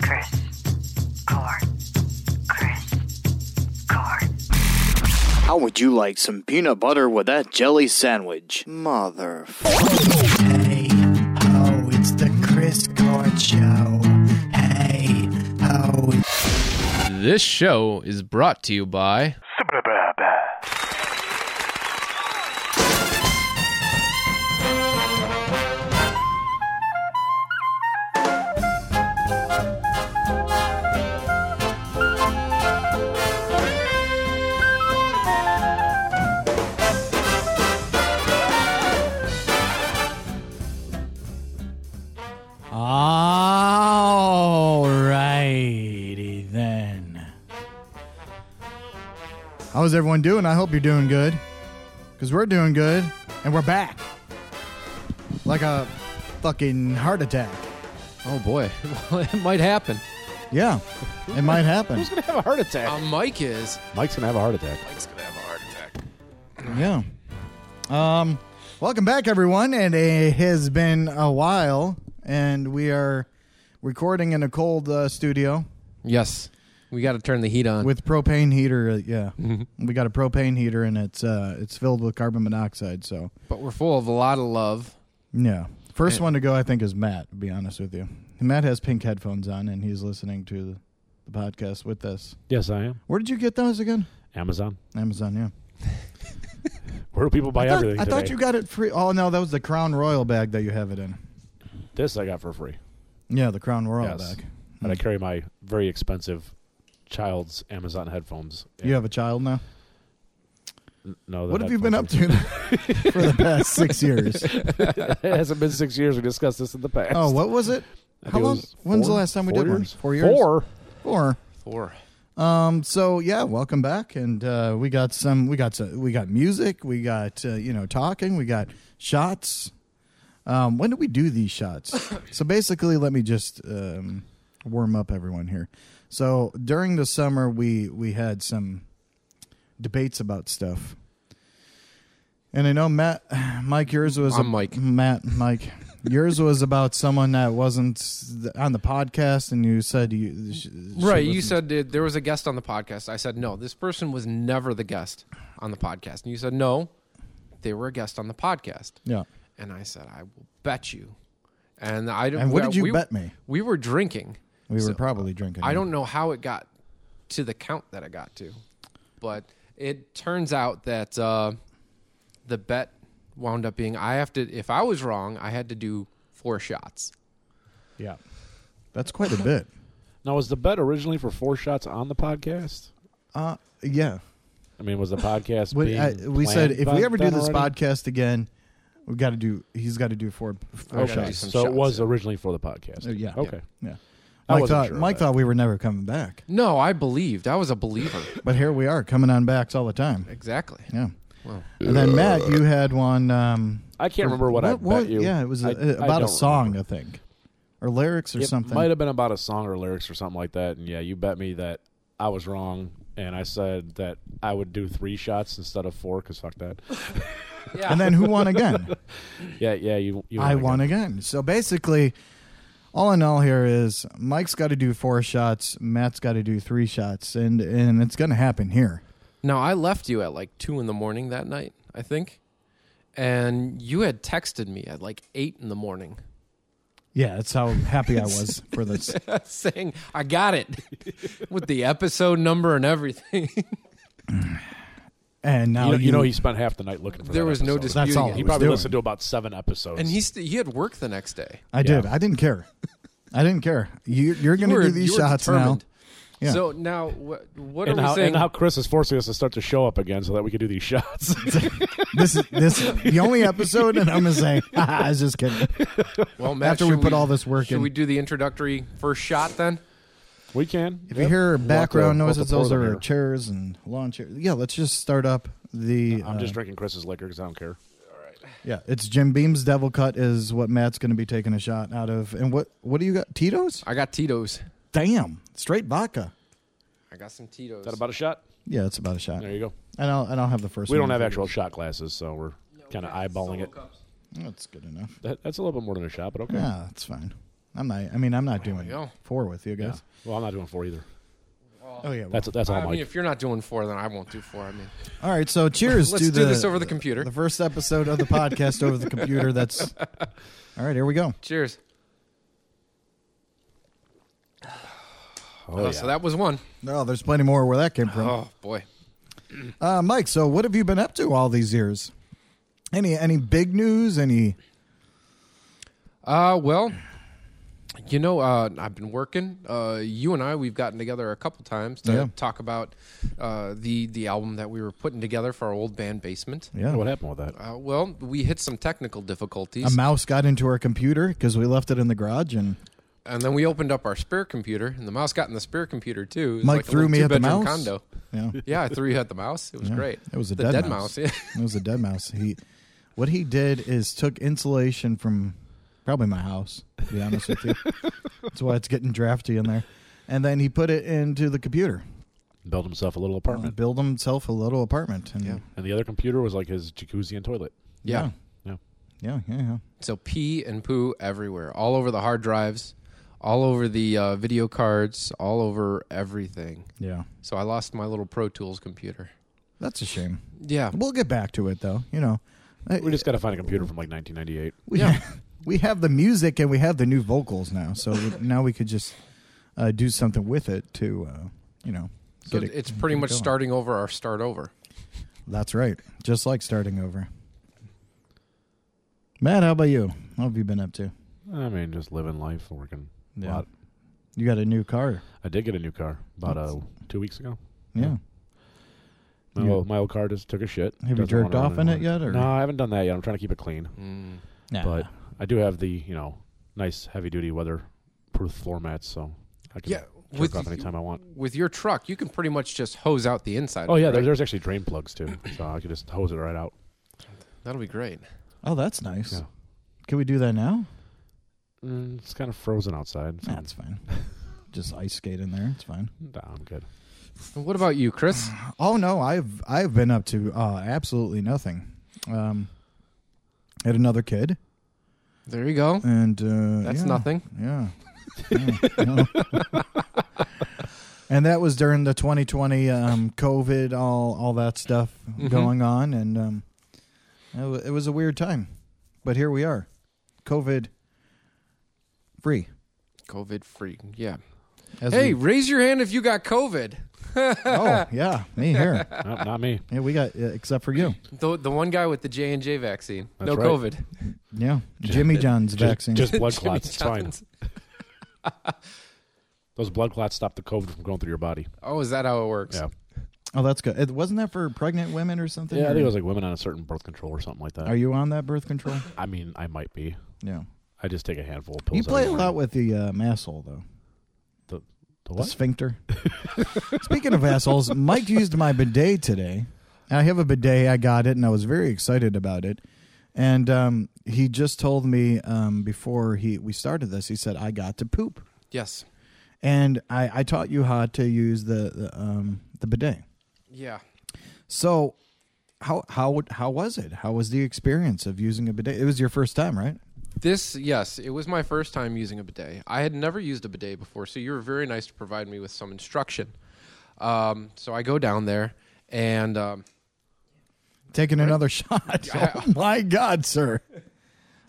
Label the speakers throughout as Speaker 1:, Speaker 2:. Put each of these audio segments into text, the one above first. Speaker 1: Chris. Core. Chris. Core.
Speaker 2: How would you like some peanut butter with that jelly sandwich? Mother.
Speaker 3: Hey ho, it's the Chris Court Show. Hey ho,
Speaker 4: This show is brought to you by
Speaker 3: Alrighty then. How's everyone doing? I hope you're doing good. Because we're doing good, and we're back. Like a fucking heart attack.
Speaker 4: Oh boy, well, it might happen.
Speaker 3: Yeah, it might happen.
Speaker 5: Who's gonna have a heart attack?
Speaker 4: Uh, Mike is.
Speaker 5: Mike's gonna have a heart attack.
Speaker 4: Mike's gonna have a heart attack.
Speaker 3: Yeah. Um, welcome back, everyone. And it has been a while, and we are recording in a cold uh, studio.
Speaker 4: Yes, we got to turn the heat on.
Speaker 3: with propane heater uh, yeah
Speaker 5: Mm-hmm.
Speaker 3: we got a propane heater and it's uh it's filled with carbon monoxide so
Speaker 4: but we're full of a lot of love.
Speaker 3: yeah first one to go i think is matt to be honest with you matt has pink headphones on and he's listening to the, the podcast with us
Speaker 5: Yes, I am.
Speaker 3: where did you get those again
Speaker 5: Amazon.
Speaker 3: amazon yeah
Speaker 5: Where do people buy
Speaker 3: I thought-
Speaker 5: everything?
Speaker 3: I thought
Speaker 5: today?
Speaker 3: you got it free oh no that was the crown royal bag that you have it in
Speaker 5: this. I got for free.
Speaker 3: yeah the crown royal
Speaker 5: Yes.
Speaker 3: bag
Speaker 5: But I carry my very expensive child's Amazon headphones.
Speaker 3: you have a child now
Speaker 5: No. the
Speaker 3: what have you been up
Speaker 5: headphones
Speaker 3: to for the past six years
Speaker 5: are- it hasn't been six years. We discussed this in the past.
Speaker 3: oh what was it
Speaker 5: I think
Speaker 3: how
Speaker 5: it
Speaker 3: long
Speaker 5: was
Speaker 3: when's the
Speaker 5: four-
Speaker 3: last time we
Speaker 5: four
Speaker 3: did one
Speaker 5: years?
Speaker 3: four years
Speaker 5: Four.
Speaker 3: four
Speaker 4: Four.
Speaker 3: Um. So yeah, welcome back, and uh, we got some. We got some. We got music. We got uh, you know talking. We got shots. Um. When do we do these shots? so basically, let me just um, warm up everyone here. So during the summer, we we had some debates about stuff, and I know Matt, Mike, yours was
Speaker 4: I'm Mike.
Speaker 3: Matt, Mike. Yours was about someone that wasn't on the podcast, and you said you sh-
Speaker 4: Right,
Speaker 3: she
Speaker 4: you
Speaker 3: wasn't-
Speaker 4: said uh, there was a guest on the podcast. I said no, this person was never the guest on the podcast, and you said no, they were a guest on the podcast,
Speaker 3: yeah.
Speaker 4: and I said I will bet you. And I don't.
Speaker 3: And what did you
Speaker 4: we-
Speaker 3: bet me?
Speaker 4: We were drinking.
Speaker 3: We
Speaker 4: So,
Speaker 3: were probably drinking.
Speaker 4: I don't know how it got to the count that it got to, but it turns out that uh, the bet wound up being I have to. If I was wrong, I had to do four shots.
Speaker 5: Yeah.
Speaker 3: That's quite a bit.
Speaker 5: Now was the bet originally for four shots on the podcast?
Speaker 3: Uh, yeah.
Speaker 5: I mean, was the podcast?
Speaker 3: We,
Speaker 5: being
Speaker 3: I, we said
Speaker 5: planned
Speaker 3: if
Speaker 5: by
Speaker 3: we ever do
Speaker 5: then
Speaker 3: this
Speaker 5: already?
Speaker 3: podcast again, we got to do. He's got to do four four
Speaker 4: I gotta do
Speaker 5: okay.
Speaker 3: shots.
Speaker 4: some
Speaker 5: So it
Speaker 4: shots,
Speaker 5: was
Speaker 4: yeah.
Speaker 5: originally for the podcast.
Speaker 3: Uh, yeah.
Speaker 5: Okay.
Speaker 3: Yeah.
Speaker 5: I
Speaker 3: Mike
Speaker 5: wasn't
Speaker 3: thought
Speaker 5: sure of
Speaker 3: Mike
Speaker 5: that.
Speaker 3: thought we were never coming back,
Speaker 4: No, I believed. I was a believer.
Speaker 3: but here we are coming on backs all the time.
Speaker 4: exactly.
Speaker 3: Yeah.
Speaker 4: Wow.
Speaker 3: And then Matt, you had one. Um,
Speaker 5: I can't remember what, uh, I bet you.
Speaker 3: Yeah, it was uh,
Speaker 5: I- I
Speaker 3: about a
Speaker 5: don't
Speaker 3: song,
Speaker 5: remember.
Speaker 3: I think, or lyrics or
Speaker 5: it
Speaker 3: something.
Speaker 5: might have been about a song or lyrics or something like that. And yeah, you bet me that I was wrong, and I said that I would do three shots instead of four because fuck that.
Speaker 4: Yeah.
Speaker 3: and then who won again?
Speaker 5: yeah, yeah, you. you
Speaker 3: I won
Speaker 5: to.
Speaker 3: again. So basically, all in all, here is Mike's got to do four shots, Matt's got to do three shots, and and it's gonna happen here.
Speaker 4: Now I left you at like two in the morning that night, I think, and you had texted me at like eight in the morning.
Speaker 3: Yeah, that's how happy I was for this.
Speaker 4: Saying I got it with the episode number and everything.
Speaker 3: And now
Speaker 5: You know,
Speaker 3: you,
Speaker 5: you know, he spent half the night looking for.
Speaker 4: There
Speaker 5: that
Speaker 4: was no
Speaker 5: episode.
Speaker 4: disputing
Speaker 3: That's all
Speaker 4: it.
Speaker 3: I
Speaker 5: He
Speaker 3: was
Speaker 5: probably
Speaker 3: doing.
Speaker 5: listened to about seven episodes.
Speaker 4: and he st- he had work the next day.
Speaker 3: I did. I didn't care. I didn't care. You, you're
Speaker 4: You
Speaker 3: gonna
Speaker 4: were-
Speaker 3: do these
Speaker 4: you were
Speaker 3: shots
Speaker 4: determined.
Speaker 3: now. Yeah.
Speaker 4: So now what, what
Speaker 5: and
Speaker 4: are
Speaker 5: how,
Speaker 4: we saying?
Speaker 5: and how Chris is forcing us to start to show up again so that we can do these shots.
Speaker 3: now. This is this is the only episode, and I'm gonna say, I was just kidding.
Speaker 4: well, Matt,
Speaker 3: after we
Speaker 4: should
Speaker 3: put all this work
Speaker 4: should
Speaker 3: in.
Speaker 4: we do the introductory first shot then?
Speaker 5: we can.
Speaker 3: If you hear background
Speaker 5: we'll have to
Speaker 3: noises,
Speaker 5: pour
Speaker 3: those
Speaker 5: them
Speaker 3: are
Speaker 5: here.
Speaker 3: chairs and lawn chairs. Yeah, let's just start up the.
Speaker 5: I'm
Speaker 3: uh,
Speaker 5: just drinking Chris's liquor because I don't care.
Speaker 3: Yeah, it's Jim Beam's Devil Cut is what Matt's going to be taking a shot out of. And what what do you got? Tito's?
Speaker 4: I got Tito's.
Speaker 3: Damn, straight vodka.
Speaker 4: I got some Tito's.
Speaker 5: Is that about a shot?
Speaker 3: Yeah, it's about a shot.
Speaker 5: There you go.
Speaker 3: And I'll and I'll have the first.
Speaker 5: We
Speaker 3: one.
Speaker 5: don't have actual shot glasses, so we're kind of eyeballing it.
Speaker 3: That's good enough.
Speaker 5: That, that's a little bit more than a shot, but okay.
Speaker 3: Yeah, that's fine. I'm not. I mean, I'm not doing
Speaker 4: go.
Speaker 3: four with you guys.
Speaker 5: Well, I'm not doing four either.
Speaker 3: Oh yeah. well,
Speaker 5: That's that's all,
Speaker 4: I mean,
Speaker 5: Mike.
Speaker 4: if you're not doing four, then I won't do four. I mean,
Speaker 3: all right. So cheers.
Speaker 4: let's
Speaker 3: to
Speaker 4: do
Speaker 3: the,
Speaker 4: this over the computer.
Speaker 3: the first episode of the podcast over the computer. That's all right. Here we go.
Speaker 4: Cheers.
Speaker 5: oh,
Speaker 4: Oh,
Speaker 5: yeah.
Speaker 4: So that was one.
Speaker 3: No, Oh, there's plenty more where that came from.
Speaker 4: Oh boy.
Speaker 3: Uh, Mike, so what have you been up to all these years? Any any big news? Any
Speaker 4: Uh, well, you know, uh, I've been working. Uh, you and I, we've gotten together a couple times to
Speaker 3: Yeah.
Speaker 4: talk about uh, the the album that we were putting together for our old band basement.
Speaker 3: yeah.
Speaker 5: What happened with that?
Speaker 4: Uh, well, we hit some technical difficulties,
Speaker 3: A mouse got into our computer because we left it in the garage, and
Speaker 4: and then we opened up our spare computer, and the mouse got in the spare computer too. It was
Speaker 3: Mike
Speaker 4: like a
Speaker 3: threw
Speaker 4: little
Speaker 3: me at the
Speaker 4: two-bedroom
Speaker 3: mouse.
Speaker 4: Condo.
Speaker 3: yeah,
Speaker 4: Yeah, I threw you at the mouse. It was
Speaker 3: Yeah.
Speaker 4: great.
Speaker 3: It was a
Speaker 4: the
Speaker 3: dead,
Speaker 4: dead
Speaker 3: mouse.
Speaker 4: mouse.
Speaker 3: it was a dead mouse. He, what he did is took insulation from probably my house. To be honest with you, that's why it's getting drafty in there. And then he put it into the computer,
Speaker 5: Built himself a little
Speaker 3: uh,
Speaker 5: apartment,
Speaker 3: build himself a little apartment, and
Speaker 4: Yeah.
Speaker 5: and the other computer was like his jacuzzi and toilet.
Speaker 4: yeah.
Speaker 5: Yeah.
Speaker 3: yeah, yeah, yeah.
Speaker 4: So pee and poo everywhere, all over the hard drives, all over the uh, video cards, all over everything.
Speaker 3: yeah.
Speaker 4: So I lost my little Pro Tools computer.
Speaker 3: That's a shame.
Speaker 4: Yeah.
Speaker 3: We'll get back to it though. You know, I-
Speaker 5: We just got to find a computer from like 1998.
Speaker 3: we
Speaker 4: Yeah.
Speaker 3: have, we have the music and we have the new vocals now, so we- now we could just uh, do something with it to, uh, you know,
Speaker 4: So
Speaker 3: get it-
Speaker 4: it's pretty
Speaker 3: get it
Speaker 4: much
Speaker 3: going.
Speaker 4: starting over or start over.
Speaker 3: That's right, just like starting over. Matt, how about you? What have you been up to?
Speaker 5: I mean, just living life, working. a
Speaker 3: Yeah.
Speaker 5: lot.
Speaker 3: You got a new car,
Speaker 5: I did get a new car about uh,
Speaker 3: That's-
Speaker 5: two weeks ago.
Speaker 3: yeah?
Speaker 5: My,
Speaker 3: You-
Speaker 5: old, my old car just took a shit.
Speaker 3: Have you
Speaker 5: Doesn't
Speaker 3: jerked
Speaker 5: wanna
Speaker 3: off in
Speaker 5: run
Speaker 3: it
Speaker 5: anymore.
Speaker 3: yet, or-
Speaker 5: No, I haven't done that yet. I'm trying to keep it clean.
Speaker 4: Mm.
Speaker 3: Nah.
Speaker 5: But I do have the, you know, nice heavy duty weatherproof floor mats, so I can
Speaker 4: Yeah,
Speaker 5: jerk
Speaker 4: with
Speaker 5: off
Speaker 4: y-
Speaker 5: anytime I want.
Speaker 4: With your truck, you can pretty much just hose out the inside.
Speaker 5: Oh
Speaker 4: of it,
Speaker 5: yeah, there-
Speaker 4: right?
Speaker 5: there's actually drain plugs too, so I could just hose it right out.
Speaker 4: that'll be great.
Speaker 3: oh, that's nice.
Speaker 5: Yeah.
Speaker 3: Can we do that now?
Speaker 5: Mm, it's kind of frozen outside. so-
Speaker 3: That's fine. just ice skate in there. It's fine.
Speaker 5: Nah, I'm good.
Speaker 4: And What about you, Chris?
Speaker 3: Oh no, I've I've been up to uh, absolutely nothing. Um, had another kid,
Speaker 4: There you go.
Speaker 3: and uh,
Speaker 4: That's
Speaker 3: yeah,
Speaker 4: nothing.
Speaker 3: Yeah. Yeah, no. and that was during the 2020 um, COVID, all all that stuff
Speaker 4: Mhm.
Speaker 3: going on, and um, it, wa- it was a weird time, but here we are, COVID free.
Speaker 4: COVID free. Yeah.
Speaker 3: As
Speaker 4: Hey,
Speaker 3: we-
Speaker 4: raise your hand if you got COVID.
Speaker 3: oh yeah, me here.
Speaker 5: Nope, not me.
Speaker 3: Yeah, we got uh, except for you.
Speaker 4: The the one guy with the J and J vaccine.
Speaker 5: That's
Speaker 4: no
Speaker 5: right.
Speaker 4: COVID.
Speaker 3: Yeah,
Speaker 4: uh,
Speaker 3: Jimmy John's
Speaker 5: Just-
Speaker 3: vaccine.
Speaker 5: Just, blood
Speaker 4: Jimmy
Speaker 5: clots. It's fine.
Speaker 4: John's.
Speaker 5: Those blood clots stop the COVID from going through your body.
Speaker 4: Oh, is that how it works?
Speaker 5: Yeah.
Speaker 3: Oh, that's good. It, wasn't that for pregnant women or something?
Speaker 5: Yeah, I
Speaker 3: or-
Speaker 5: think it was like women on a certain birth control or something like that.
Speaker 3: Are you on that birth control?
Speaker 5: I mean, I might be.
Speaker 3: Yeah.
Speaker 5: I just take a handful of pills.
Speaker 3: You play a
Speaker 5: every
Speaker 3: lot
Speaker 5: morning.
Speaker 3: with the um, asshole, though.
Speaker 5: The
Speaker 3: The
Speaker 5: what?
Speaker 3: sphincter. Speaking of assholes, Mike used my bidet today. I have a bidet. I got it, and I was very excited about it. And um, he just told me um, before he we started this, he said, I got to poop.
Speaker 4: Yes.
Speaker 3: And I, I taught you how to use the, the, um, the bidet.
Speaker 4: Yeah.
Speaker 3: So how, how, how was it? How was the experience of using a bidet? It was your first time, right?
Speaker 4: This, yes, it was my first time using a bidet. I had never used a bidet before, so you were very nice to provide me with some instruction. Um, so I go down there, and um,
Speaker 3: taking another shot. Oh my God, sir,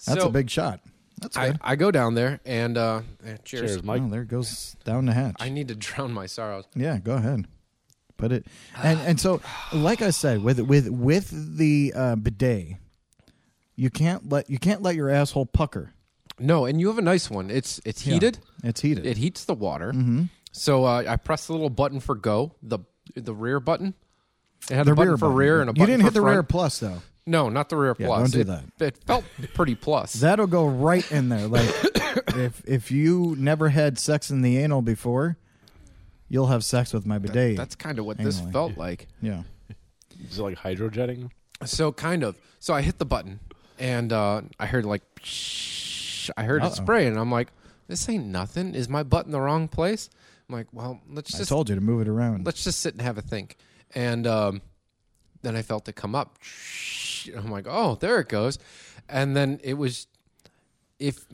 Speaker 3: that's
Speaker 4: so
Speaker 3: a big shot. That's
Speaker 4: I,
Speaker 3: good.
Speaker 4: I go down there, and uh, eh, cheers.
Speaker 5: Cheers, Mike.
Speaker 3: oh, there it goes down the hatch.
Speaker 4: I need to drown my sorrows.
Speaker 3: yeah, go ahead. Put it and and so, like I said, with with with the uh, bidet, you can't let you can't let your asshole pucker.
Speaker 4: No, and you have a nice one. It's it's
Speaker 3: Yeah.
Speaker 4: heated.
Speaker 3: It's heated.
Speaker 4: It heats the water.
Speaker 3: Mm-hmm.
Speaker 4: So uh, I press the little button for go, the the rear button. It had a button for
Speaker 3: button.
Speaker 4: rear and a
Speaker 3: you
Speaker 4: button
Speaker 3: didn't
Speaker 4: for
Speaker 3: hit the
Speaker 4: front.
Speaker 3: rear plus though.
Speaker 4: No, not the rear
Speaker 3: Yeah,
Speaker 4: plus.
Speaker 3: don't do
Speaker 4: It- It felt pretty plus.
Speaker 3: That'll go right in there. Like if if you never had sex in the anal before, you'll have sex with my bidet.
Speaker 4: That's kind of what this
Speaker 3: Anyway.
Speaker 4: felt like.
Speaker 3: yeah.
Speaker 5: Is it like hydrojetting?
Speaker 4: So kind of. So I hit the button and uh, I heard like psh, I heard
Speaker 3: Uh-oh.
Speaker 4: it spray and I'm like, this ain't nothing. Is my butt in the wrong place? I'm like, well, let's
Speaker 3: I
Speaker 4: just
Speaker 3: told you to move it around.
Speaker 4: let's just sit and have a think. And um, then I felt it come up. I'm like, oh, there it goes. And then it was if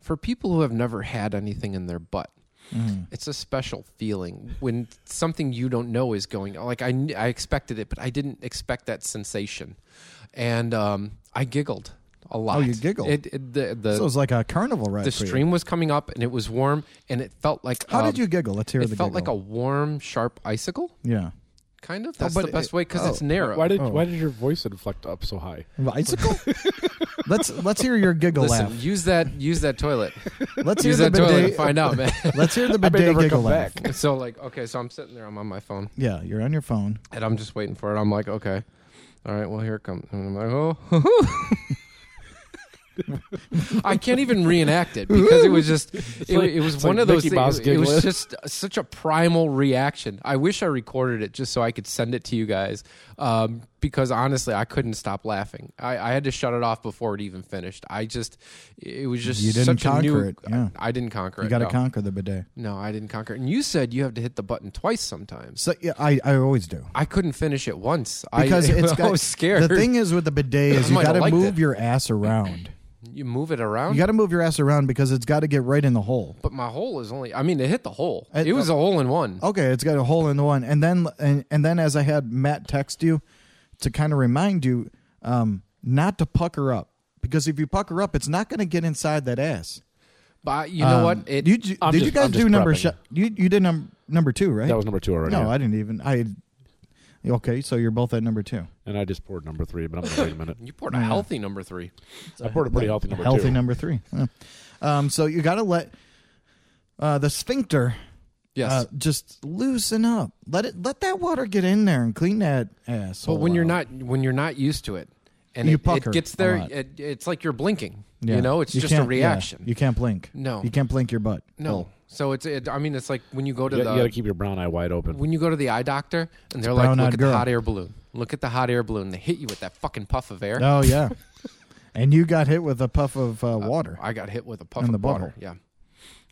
Speaker 4: for people who have never had anything in their butt,
Speaker 3: Mm.
Speaker 4: it's a special feeling when something you don't know is going. Like I, kn- I expected it, but I didn't expect that sensation, and um, I giggled a lot.
Speaker 3: Oh, you giggled.
Speaker 4: It, it- the the,
Speaker 3: So it was like a carnival ride.
Speaker 4: the
Speaker 3: for you.
Speaker 4: stream was coming up, and it was warm, and it felt like
Speaker 3: How did
Speaker 4: um,
Speaker 3: you giggle? Let's hear
Speaker 4: It
Speaker 3: the
Speaker 4: felt like a
Speaker 3: giggle.
Speaker 4: warm, sharp icicle,
Speaker 3: yeah
Speaker 4: kind of. That's
Speaker 3: but
Speaker 4: the best
Speaker 3: it-
Speaker 4: way because
Speaker 3: oh.
Speaker 4: it's narrow.
Speaker 5: Why did why did your voice inflect up so high?
Speaker 3: An icicle. let's let's hear your giggle
Speaker 4: Listen,
Speaker 3: laugh.
Speaker 4: use that use that toilet.
Speaker 3: Let's hear
Speaker 4: use
Speaker 3: the
Speaker 4: that toilet
Speaker 3: bidet.
Speaker 4: and find out, man.
Speaker 3: Let's hear the
Speaker 5: may
Speaker 3: bidet
Speaker 5: never
Speaker 3: giggle
Speaker 5: come
Speaker 3: laugh.
Speaker 5: back.
Speaker 4: so like, okay, so I'm sitting there, I'm on my phone,
Speaker 3: Yeah, you're on your phone.
Speaker 4: and I'm just waiting for it. I'm like, okay, all right, well here it comes. And I'm like, oh. I can't even reenact it because it was just it,
Speaker 5: like-
Speaker 4: it was
Speaker 5: it's
Speaker 4: one
Speaker 5: like
Speaker 4: of those
Speaker 5: Mickey
Speaker 4: things.
Speaker 5: Mouse
Speaker 4: It was
Speaker 5: giggling.
Speaker 4: just such a primal reaction. I wish I recorded it just so I could send it to you guys um, because honestly, I couldn't stop laughing. I, I had to shut it off before it even finished. I just it was just
Speaker 3: You didn't
Speaker 4: such a new.
Speaker 3: conquer it, yeah.
Speaker 4: I, I didn't conquer
Speaker 3: You
Speaker 4: it.
Speaker 3: got to
Speaker 4: no.
Speaker 3: conquer the bidet.
Speaker 4: No, I didn't conquer. it. And you said you have to hit the button twice sometimes.
Speaker 3: So yeah, I, I always do
Speaker 4: I couldn't finish it once
Speaker 3: because
Speaker 4: I,
Speaker 3: it's
Speaker 4: I
Speaker 3: got,
Speaker 4: was scared.
Speaker 3: The thing is with the bidet is
Speaker 4: I
Speaker 3: you
Speaker 4: might have
Speaker 3: got to
Speaker 4: liked
Speaker 3: move
Speaker 4: it.
Speaker 3: your ass around.
Speaker 4: you move it around,
Speaker 3: You got to move your ass around because it's got to get right in the hole.
Speaker 4: but my hole is only. I mean, it hit the hole.
Speaker 3: It- Oh.
Speaker 4: It, was a hole in one.
Speaker 3: Okay, it's got a hole in the one, and then and, and then as I had Matt text you to kind of remind you um, not to pucker up because if you pucker up, it's not going to get inside that ass.
Speaker 4: But you know what?
Speaker 3: Um,
Speaker 4: It,
Speaker 3: you, ju-
Speaker 5: I'm
Speaker 3: did
Speaker 5: just-
Speaker 3: you guys
Speaker 5: I'm
Speaker 3: do
Speaker 5: just
Speaker 3: number
Speaker 5: prepping.
Speaker 3: shot? You you did num- number two, right?
Speaker 5: That was number two already.
Speaker 3: no,
Speaker 5: yeah.
Speaker 3: I didn't even. I okay, so you're both at number two.
Speaker 5: and I just poured number three, but I'm gonna wait a minute.
Speaker 4: you poured a healthy number three.
Speaker 5: I poured a pretty healthy number
Speaker 3: healthy
Speaker 5: two.
Speaker 3: number three. Yeah. Um, so you got to let uh, the sphincter
Speaker 4: Yes.
Speaker 3: uh, just loosen up. Let it let that water get in there and clean that ass.
Speaker 4: but when you're not when you're not used to it, and
Speaker 3: oh, You
Speaker 4: it,
Speaker 3: pucker
Speaker 4: it gets
Speaker 3: a
Speaker 4: there,
Speaker 3: lot.
Speaker 4: it, it's like you're blinking. You know, it's just a
Speaker 3: can't- yeah,
Speaker 4: reaction.
Speaker 3: you Oh. can't blink.
Speaker 4: No.
Speaker 3: you can't blink your butt.
Speaker 4: no, so it's. It, I mean, it's like when you go to
Speaker 5: You,
Speaker 4: the
Speaker 5: got to keep your brown eye wide open.
Speaker 4: when you go to the eye doctor and they're like,
Speaker 3: brown-eyed
Speaker 4: look at
Speaker 3: girl."
Speaker 4: the hot air balloon. Look at the hot air balloon. They hit you with that fucking puff of air.
Speaker 3: Oh yeah, and you got hit with a puff of uh, water.
Speaker 4: I got hit with a puff
Speaker 3: In
Speaker 4: of
Speaker 3: the
Speaker 4: water.
Speaker 3: butthole.
Speaker 4: Yeah.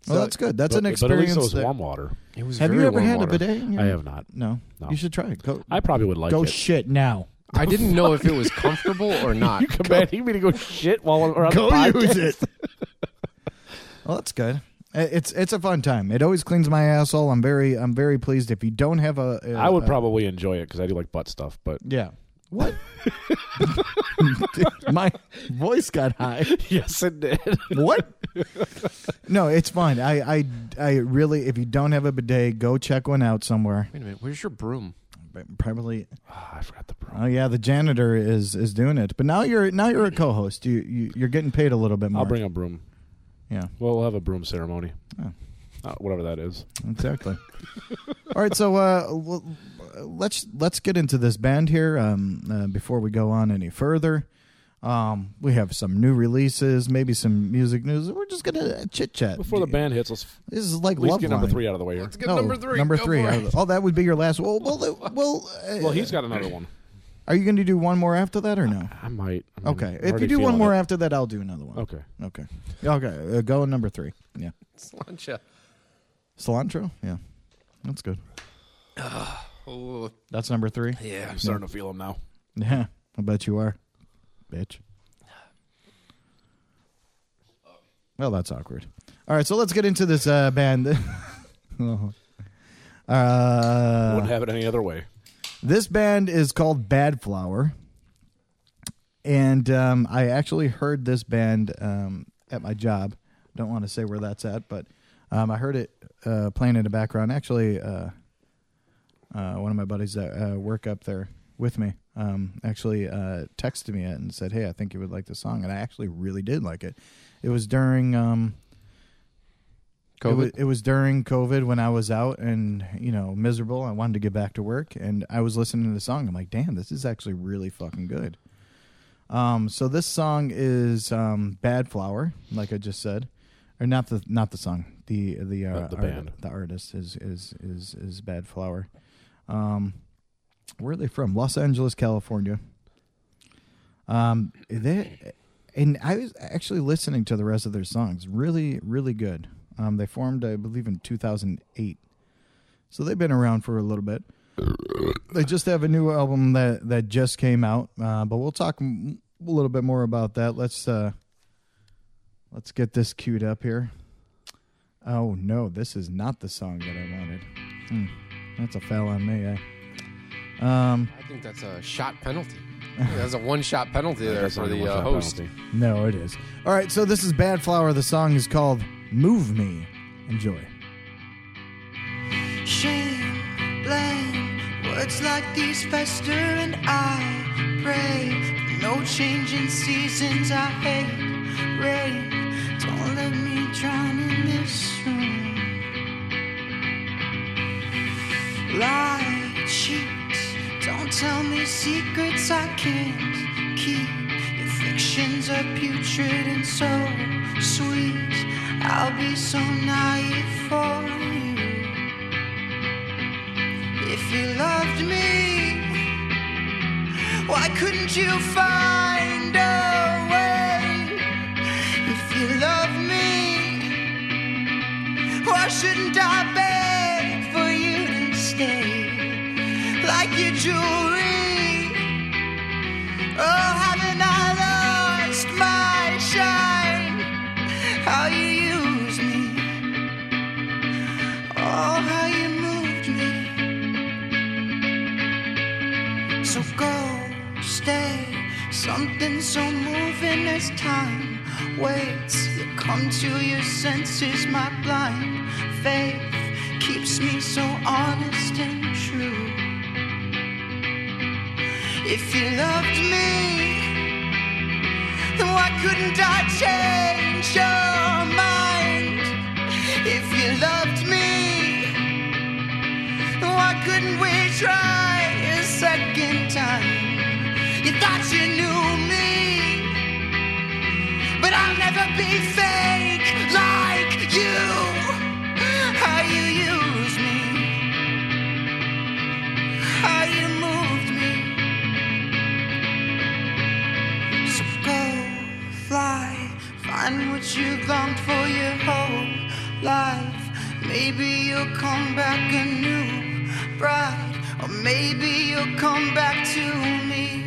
Speaker 3: well, that's good. That's
Speaker 5: but,
Speaker 3: an
Speaker 5: but at
Speaker 3: experience.
Speaker 5: least it was
Speaker 3: that-
Speaker 5: warm water.
Speaker 4: It was
Speaker 3: Have you
Speaker 4: very
Speaker 3: ever
Speaker 4: warm
Speaker 3: had
Speaker 4: water.
Speaker 3: a bidet? in your-
Speaker 5: I have not.
Speaker 3: No.
Speaker 5: No.
Speaker 3: You should try it. Go,
Speaker 5: I probably would like
Speaker 3: go
Speaker 5: it.
Speaker 3: shit now.
Speaker 4: I didn't know if it was comfortable or not.
Speaker 5: you commanding me to go shit while we're on the
Speaker 3: use
Speaker 5: podcast?
Speaker 3: it. well, that's good. I- It's it's a fun time. It always cleans my asshole. I'm very I'm very pleased. If you don't have a, a
Speaker 5: I would
Speaker 3: a-
Speaker 5: probably enjoy it because I do like butt stuff, but
Speaker 3: yeah. What? my voice got high.
Speaker 5: Uh, yes, it did.
Speaker 3: What? No, it's fine. I, I I really if you don't have a bidet, go check one out somewhere.
Speaker 4: Wait a minute. Where's your broom?
Speaker 3: Probably
Speaker 5: Ah, I forgot the broom.
Speaker 3: Oh yeah, the janitor is is doing it. But now you're now you're a co-host. You, you you're getting paid a little bit more.
Speaker 5: I'll bring a broom.
Speaker 3: yeah.
Speaker 5: Well, we'll have a broom ceremony.
Speaker 3: Oh.
Speaker 5: Uh, whatever that is.
Speaker 3: Exactly. All right, so uh, l- let's let's get into this band here um, uh, before we go on any further. Um, we have some new releases, maybe some music news. We're just gonna chit chat
Speaker 5: Before the band hits, let's f-
Speaker 3: This is like
Speaker 5: at least
Speaker 3: love
Speaker 5: get number
Speaker 3: line.
Speaker 5: three out of the way here.
Speaker 4: Let's get
Speaker 3: No,
Speaker 4: number three.
Speaker 3: Number
Speaker 4: Go
Speaker 3: three.
Speaker 4: for
Speaker 3: I-
Speaker 4: it.
Speaker 3: Oh, that would be your last. Well, well, uh, well. uh,
Speaker 5: Well, he's got another one.
Speaker 3: are you gonna do one more after that or no?
Speaker 5: I might. I mean,
Speaker 3: Okay.
Speaker 5: I'm
Speaker 3: If
Speaker 5: already
Speaker 3: you do one
Speaker 5: feeling
Speaker 3: more
Speaker 5: it.
Speaker 3: after that, I'll do another one.
Speaker 5: okay.
Speaker 3: Okay. Okay. Uh, go on number three. Yeah.
Speaker 4: Slancha.
Speaker 3: Cilantro. Yeah. That's good.
Speaker 4: Oh,
Speaker 3: That's number three.
Speaker 4: yeah.
Speaker 5: I'm starting to feel him now.
Speaker 3: Yeah, I bet you are, bitch. Well, that's awkward. All right, so let's get into this uh, band.
Speaker 5: Wouldn't
Speaker 3: uh,
Speaker 5: have it any other way.
Speaker 3: this band is called Bad Flower, and um, I actually heard this band um, at my job. Don't want to say where that's at, but um, I heard it uh, playing in the background. Actually, uh, uh, one of my buddies that uh, work up there with me um, actually uh, texted me it and said, "Hey, I think you would like this song," and I actually really did like it. It was during um, It
Speaker 4: COVID?
Speaker 3: was, it was during COVID when I was out and you know miserable. I wanted to get back to work, and I was listening to the song. I'm like, "Damn, this is actually really fucking good." Um, so this song is um, "Bad Flower," like I just said, or not the not the song. The the uh,
Speaker 5: Uh, the
Speaker 3: art-
Speaker 5: band.
Speaker 3: the artist is is is is "Bad Flower." Um, where are they from? Los Angeles, California. Um, they and I was actually listening to the rest of their songs. Really, really good. Um, they formed, I believe, in 2008, so they've been around for a little bit. They just have a new album that that just came out, uh, but we'll talk m- a little bit more about that. Let's uh, Let's get this queued up here. Oh no, this is not the song that I wanted. Hmm, that's a fail on me. Eh? Um,
Speaker 4: I think that's a shot penalty. That's a one shot penalty there
Speaker 5: That's
Speaker 4: for
Speaker 5: only
Speaker 4: the
Speaker 5: one
Speaker 4: uh,
Speaker 5: shot
Speaker 4: host.
Speaker 5: penalty.
Speaker 3: no, it is. All right, so this is Bad Flower. The song is called "Move Me." Enjoy.
Speaker 6: Shame, blame, words like these fester, and I pray. for No change in seasons, I hate rain. Don't let me drown in this room. Lie, cheat, don't tell me secrets I can't keep. Your fictions are putrid and so sweet. I'll be so naive for you. If you loved me, why couldn't you find a way? If you love me, why shouldn't I beg for you to stay? Like your jewelry, oh, haven't I lost my shine? How you used me, oh, how you moved me. So go, stay. Something so moving as time waits. You come to your senses, my blind faith keeps me so honest and true. If you loved me, then why couldn't I change your mind? If you loved me, why couldn't we try a second time? You thought you knew me, but I'll never be fake like you. How you used me, how you moved me. So go, fly, find what you've longed for your whole life. Maybe you'll come back a new bride, or maybe you'll come back to me.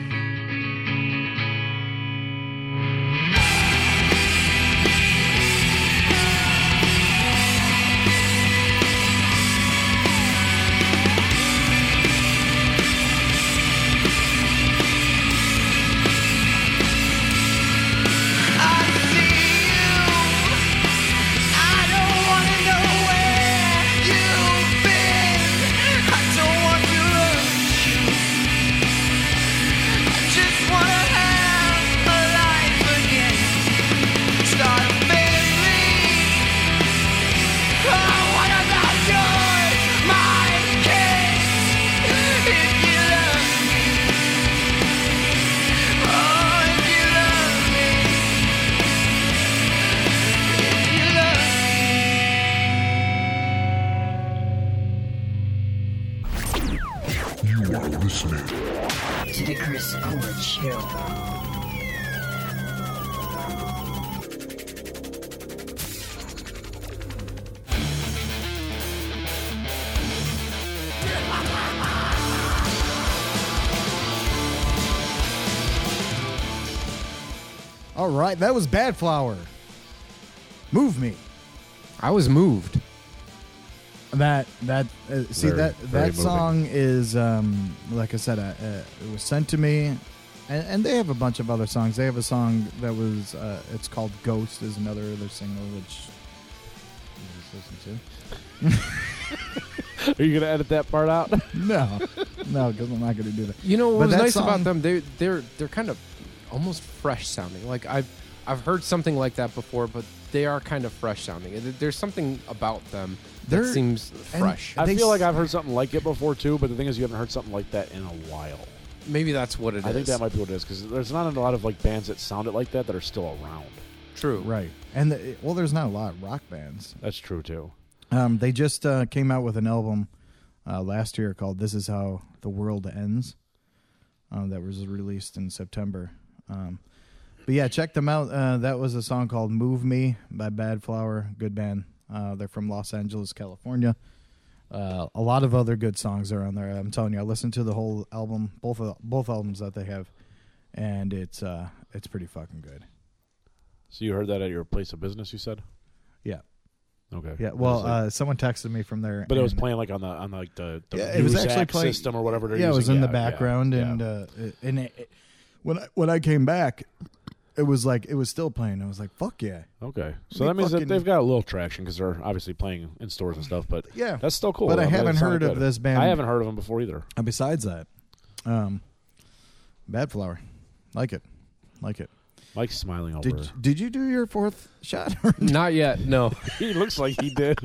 Speaker 6: I see you. I don't wanna know where you've been. I don't want to hurt you. I just wanna have a life again. Start a family. Oh, what about yours, my kids? If you love me, oh, if you love me, if you love me.
Speaker 7: You are listening
Speaker 1: To the Chris Kohler Show.
Speaker 3: All right, that was Bad Flower. Move me.
Speaker 4: I was moved.
Speaker 3: That that uh, see
Speaker 5: Very-
Speaker 3: that
Speaker 5: very
Speaker 3: that
Speaker 5: moving.
Speaker 3: song is um like I said uh, uh, it was sent to me, and, and they have a bunch of other songs. They have a song that was uh, it's called Ghost is another of their single which I just listened
Speaker 5: Are you gonna edit that part out?
Speaker 3: to. No, no, because I'm not gonna do that.
Speaker 4: You know what
Speaker 3: But
Speaker 4: was
Speaker 3: that
Speaker 4: nice
Speaker 3: song-
Speaker 4: about them? They they're they're kind of almost fresh sounding. Like I've I've heard something like that before, but they are kind of fresh sounding. There- There's something about them that
Speaker 3: They're-
Speaker 4: seems fresh.
Speaker 5: I
Speaker 3: They
Speaker 5: feel like
Speaker 3: s-
Speaker 5: I've heard something like it before too, but the thing is, you haven't heard something like that in a while.
Speaker 4: Maybe that's what it is.
Speaker 5: I think that might be what it is because there's not a lot of like bands that sound it like that that are still around.
Speaker 4: true.
Speaker 3: Right, and the, well, there's not a lot of rock bands.
Speaker 5: That's true too.
Speaker 3: Um, they just uh, came out with an album uh, last year called "This Is How the World Ends," um, that was released in September. Um, but yeah, check them out. Uh, that was a song called "Move Me" by Bad Flower, good band. Uh, they're from Los Angeles, California. Uh, a lot of other good songs are on there. I'm telling you, I listened to the whole album, both of, both albums that they have, and it's uh, it's pretty fucking good.
Speaker 5: So you heard that at your place of business? You said.
Speaker 3: Yeah.
Speaker 5: Okay.
Speaker 3: Yeah.
Speaker 5: It was
Speaker 3: Well,
Speaker 5: like-
Speaker 3: uh, someone texted me from there.
Speaker 5: but it was
Speaker 3: and-
Speaker 5: playing like on the on like the, the
Speaker 3: Yeah, it was
Speaker 5: Muzak
Speaker 3: actually playing-
Speaker 5: system or whatever. they're
Speaker 3: Yeah, it was
Speaker 5: using.
Speaker 3: in the
Speaker 5: Yeah, yeah,
Speaker 3: background,
Speaker 5: yeah.
Speaker 3: and uh, it- and it, it- when I, when I came back, it was like it was still playing. I was like, "Fuck yeah!"
Speaker 5: okay, so
Speaker 3: They
Speaker 5: that means
Speaker 3: fucking-
Speaker 5: that they've got a little traction because they're obviously playing in stores and stuff. But
Speaker 3: Yeah.
Speaker 5: that's still cool.
Speaker 3: But I
Speaker 5: mean, it
Speaker 3: haven't
Speaker 5: sounded
Speaker 3: heard of
Speaker 5: good.
Speaker 3: this band.
Speaker 5: I haven't heard of them before either.
Speaker 3: And besides that, um, bad flower, like it, like it.
Speaker 5: Mike's smiling over.
Speaker 3: Did did you do your fourth shot? Or no?
Speaker 4: Not yet. No,
Speaker 5: he looks like he did.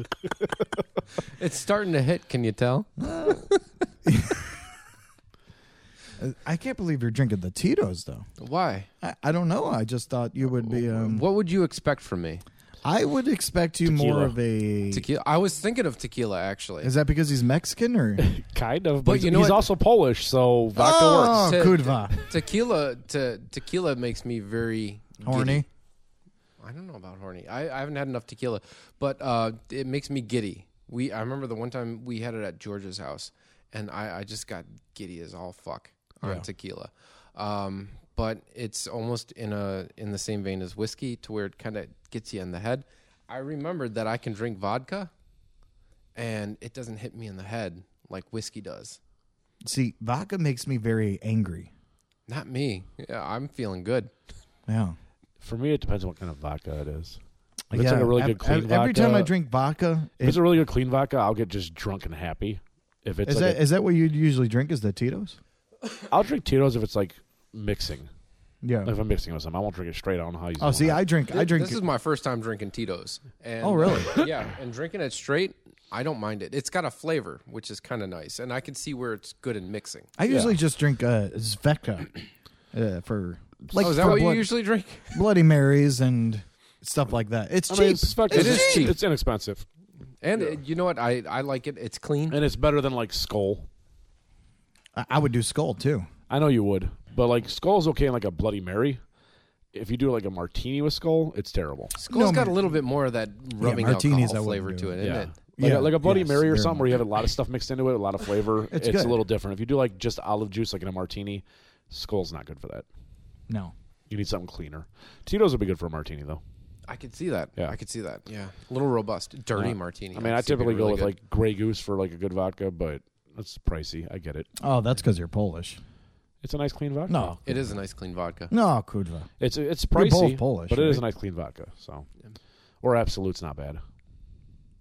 Speaker 4: it's starting to hit. Can you tell?
Speaker 3: I can't believe you're drinking the Tito's though.
Speaker 4: Why?
Speaker 3: I, I don't know. I just thought you would be. Um,
Speaker 4: What would you expect from me?
Speaker 3: I would expect you more
Speaker 5: Tequila.
Speaker 3: of a.
Speaker 4: Tequila. I was thinking of tequila actually.
Speaker 3: Is that because he's Mexican or?
Speaker 5: kind of,
Speaker 4: But
Speaker 5: but, he's-
Speaker 4: you know
Speaker 5: he's
Speaker 4: what?
Speaker 5: also Polish, so vodka
Speaker 3: oh,
Speaker 5: works.
Speaker 4: To-
Speaker 3: kurva,
Speaker 4: tequila to tequila makes me very
Speaker 3: horny.
Speaker 4: giddy. I don't know about horny. I, I haven't had enough tequila, but uh, it makes me giddy. We I remember the one time we had it at George's house, and I, I just got giddy as all fuck on tequila. Um, but it's almost in a in the same vein as whiskey, to where it kind of gets you in the head. I remembered that I can drink vodka, and it doesn't hit me in the head like whiskey does.
Speaker 3: See, vodka makes me very angry.
Speaker 4: Not me. Yeah, I'm feeling good.
Speaker 3: Yeah.
Speaker 5: For me, it depends on what kind of vodka it is. If
Speaker 3: Yeah,
Speaker 5: it's like a really
Speaker 3: ev-
Speaker 5: good clean
Speaker 3: ev- Every time I
Speaker 5: vodka-
Speaker 3: drink vodka,
Speaker 5: If
Speaker 3: it-
Speaker 5: it's a really good clean vodka, I'll get just drunk and happy. If it's
Speaker 3: is
Speaker 5: like
Speaker 3: that is that what you usually drink? Is the Tito's?
Speaker 5: a, I'll drink Tito's if it's like mixing.
Speaker 3: Yeah.
Speaker 5: If I'm mixing with something, I won't drink it straight. I don't know how you.
Speaker 3: Oh, see, I drink. I drink.
Speaker 4: This is my first time drinking Tito's. And,
Speaker 3: Oh, really?
Speaker 4: yeah, and drinking it straight, I don't mind it. It's got a flavor, which is kind of nice, and I can see where it's good in mixing.
Speaker 3: I usually just drink uh, Zveka uh, for like
Speaker 4: Like, oh, is that
Speaker 3: for
Speaker 4: what
Speaker 3: blood-
Speaker 4: you usually drink?
Speaker 3: Bloody Marys and stuff like that. It's
Speaker 5: I
Speaker 3: cheap.
Speaker 5: mean, it's fucking-
Speaker 4: It is cheap.
Speaker 5: It's inexpensive,
Speaker 4: And uh, you know what? I, I like it. It's clean.
Speaker 5: and it's better than like Skull.
Speaker 3: I, I would do Skull too.
Speaker 5: I know you would, but like Skull's okay in like a Bloody Mary. If you do like a martini with Skull, it's terrible.
Speaker 4: Skull's
Speaker 3: No,
Speaker 4: got a
Speaker 3: man.
Speaker 4: little bit more of that rubbing
Speaker 3: martinis I wouldn't
Speaker 4: alcohol flavor
Speaker 3: do.
Speaker 4: to it, isn't
Speaker 5: Yeah.
Speaker 4: it?
Speaker 5: Like,
Speaker 3: Yeah,
Speaker 5: a, like a Bloody
Speaker 3: yes,
Speaker 5: Mary or
Speaker 3: very
Speaker 5: something
Speaker 3: much.
Speaker 5: where you have a lot of stuff mixed into it, a lot of flavor.
Speaker 3: It's
Speaker 5: it's
Speaker 3: good.
Speaker 5: a little different. If you do like just olive juice, like in a martini, Skull's not good for that.
Speaker 3: No.
Speaker 5: You need something cleaner. Tito's would be good for a martini though.
Speaker 4: I could see that.
Speaker 5: Yeah.
Speaker 4: I could see that. Yeah, a little robust, dirty
Speaker 5: Yeah.
Speaker 4: martini.
Speaker 5: I mean, I
Speaker 4: obviously would be
Speaker 5: typically go
Speaker 4: really
Speaker 5: with
Speaker 4: good.
Speaker 5: like Grey Goose for like a good vodka, but that's pricey. I get it.
Speaker 3: Oh, that's because you're Polish.
Speaker 5: It's a nice clean vodka.
Speaker 3: No.
Speaker 4: It is a nice clean vodka.
Speaker 3: No, Kudva.
Speaker 5: it's it's
Speaker 3: We're
Speaker 5: pricey.
Speaker 3: both Polish,
Speaker 5: but it is a
Speaker 3: right?
Speaker 5: nice clean vodka. So, or Absolute's not bad.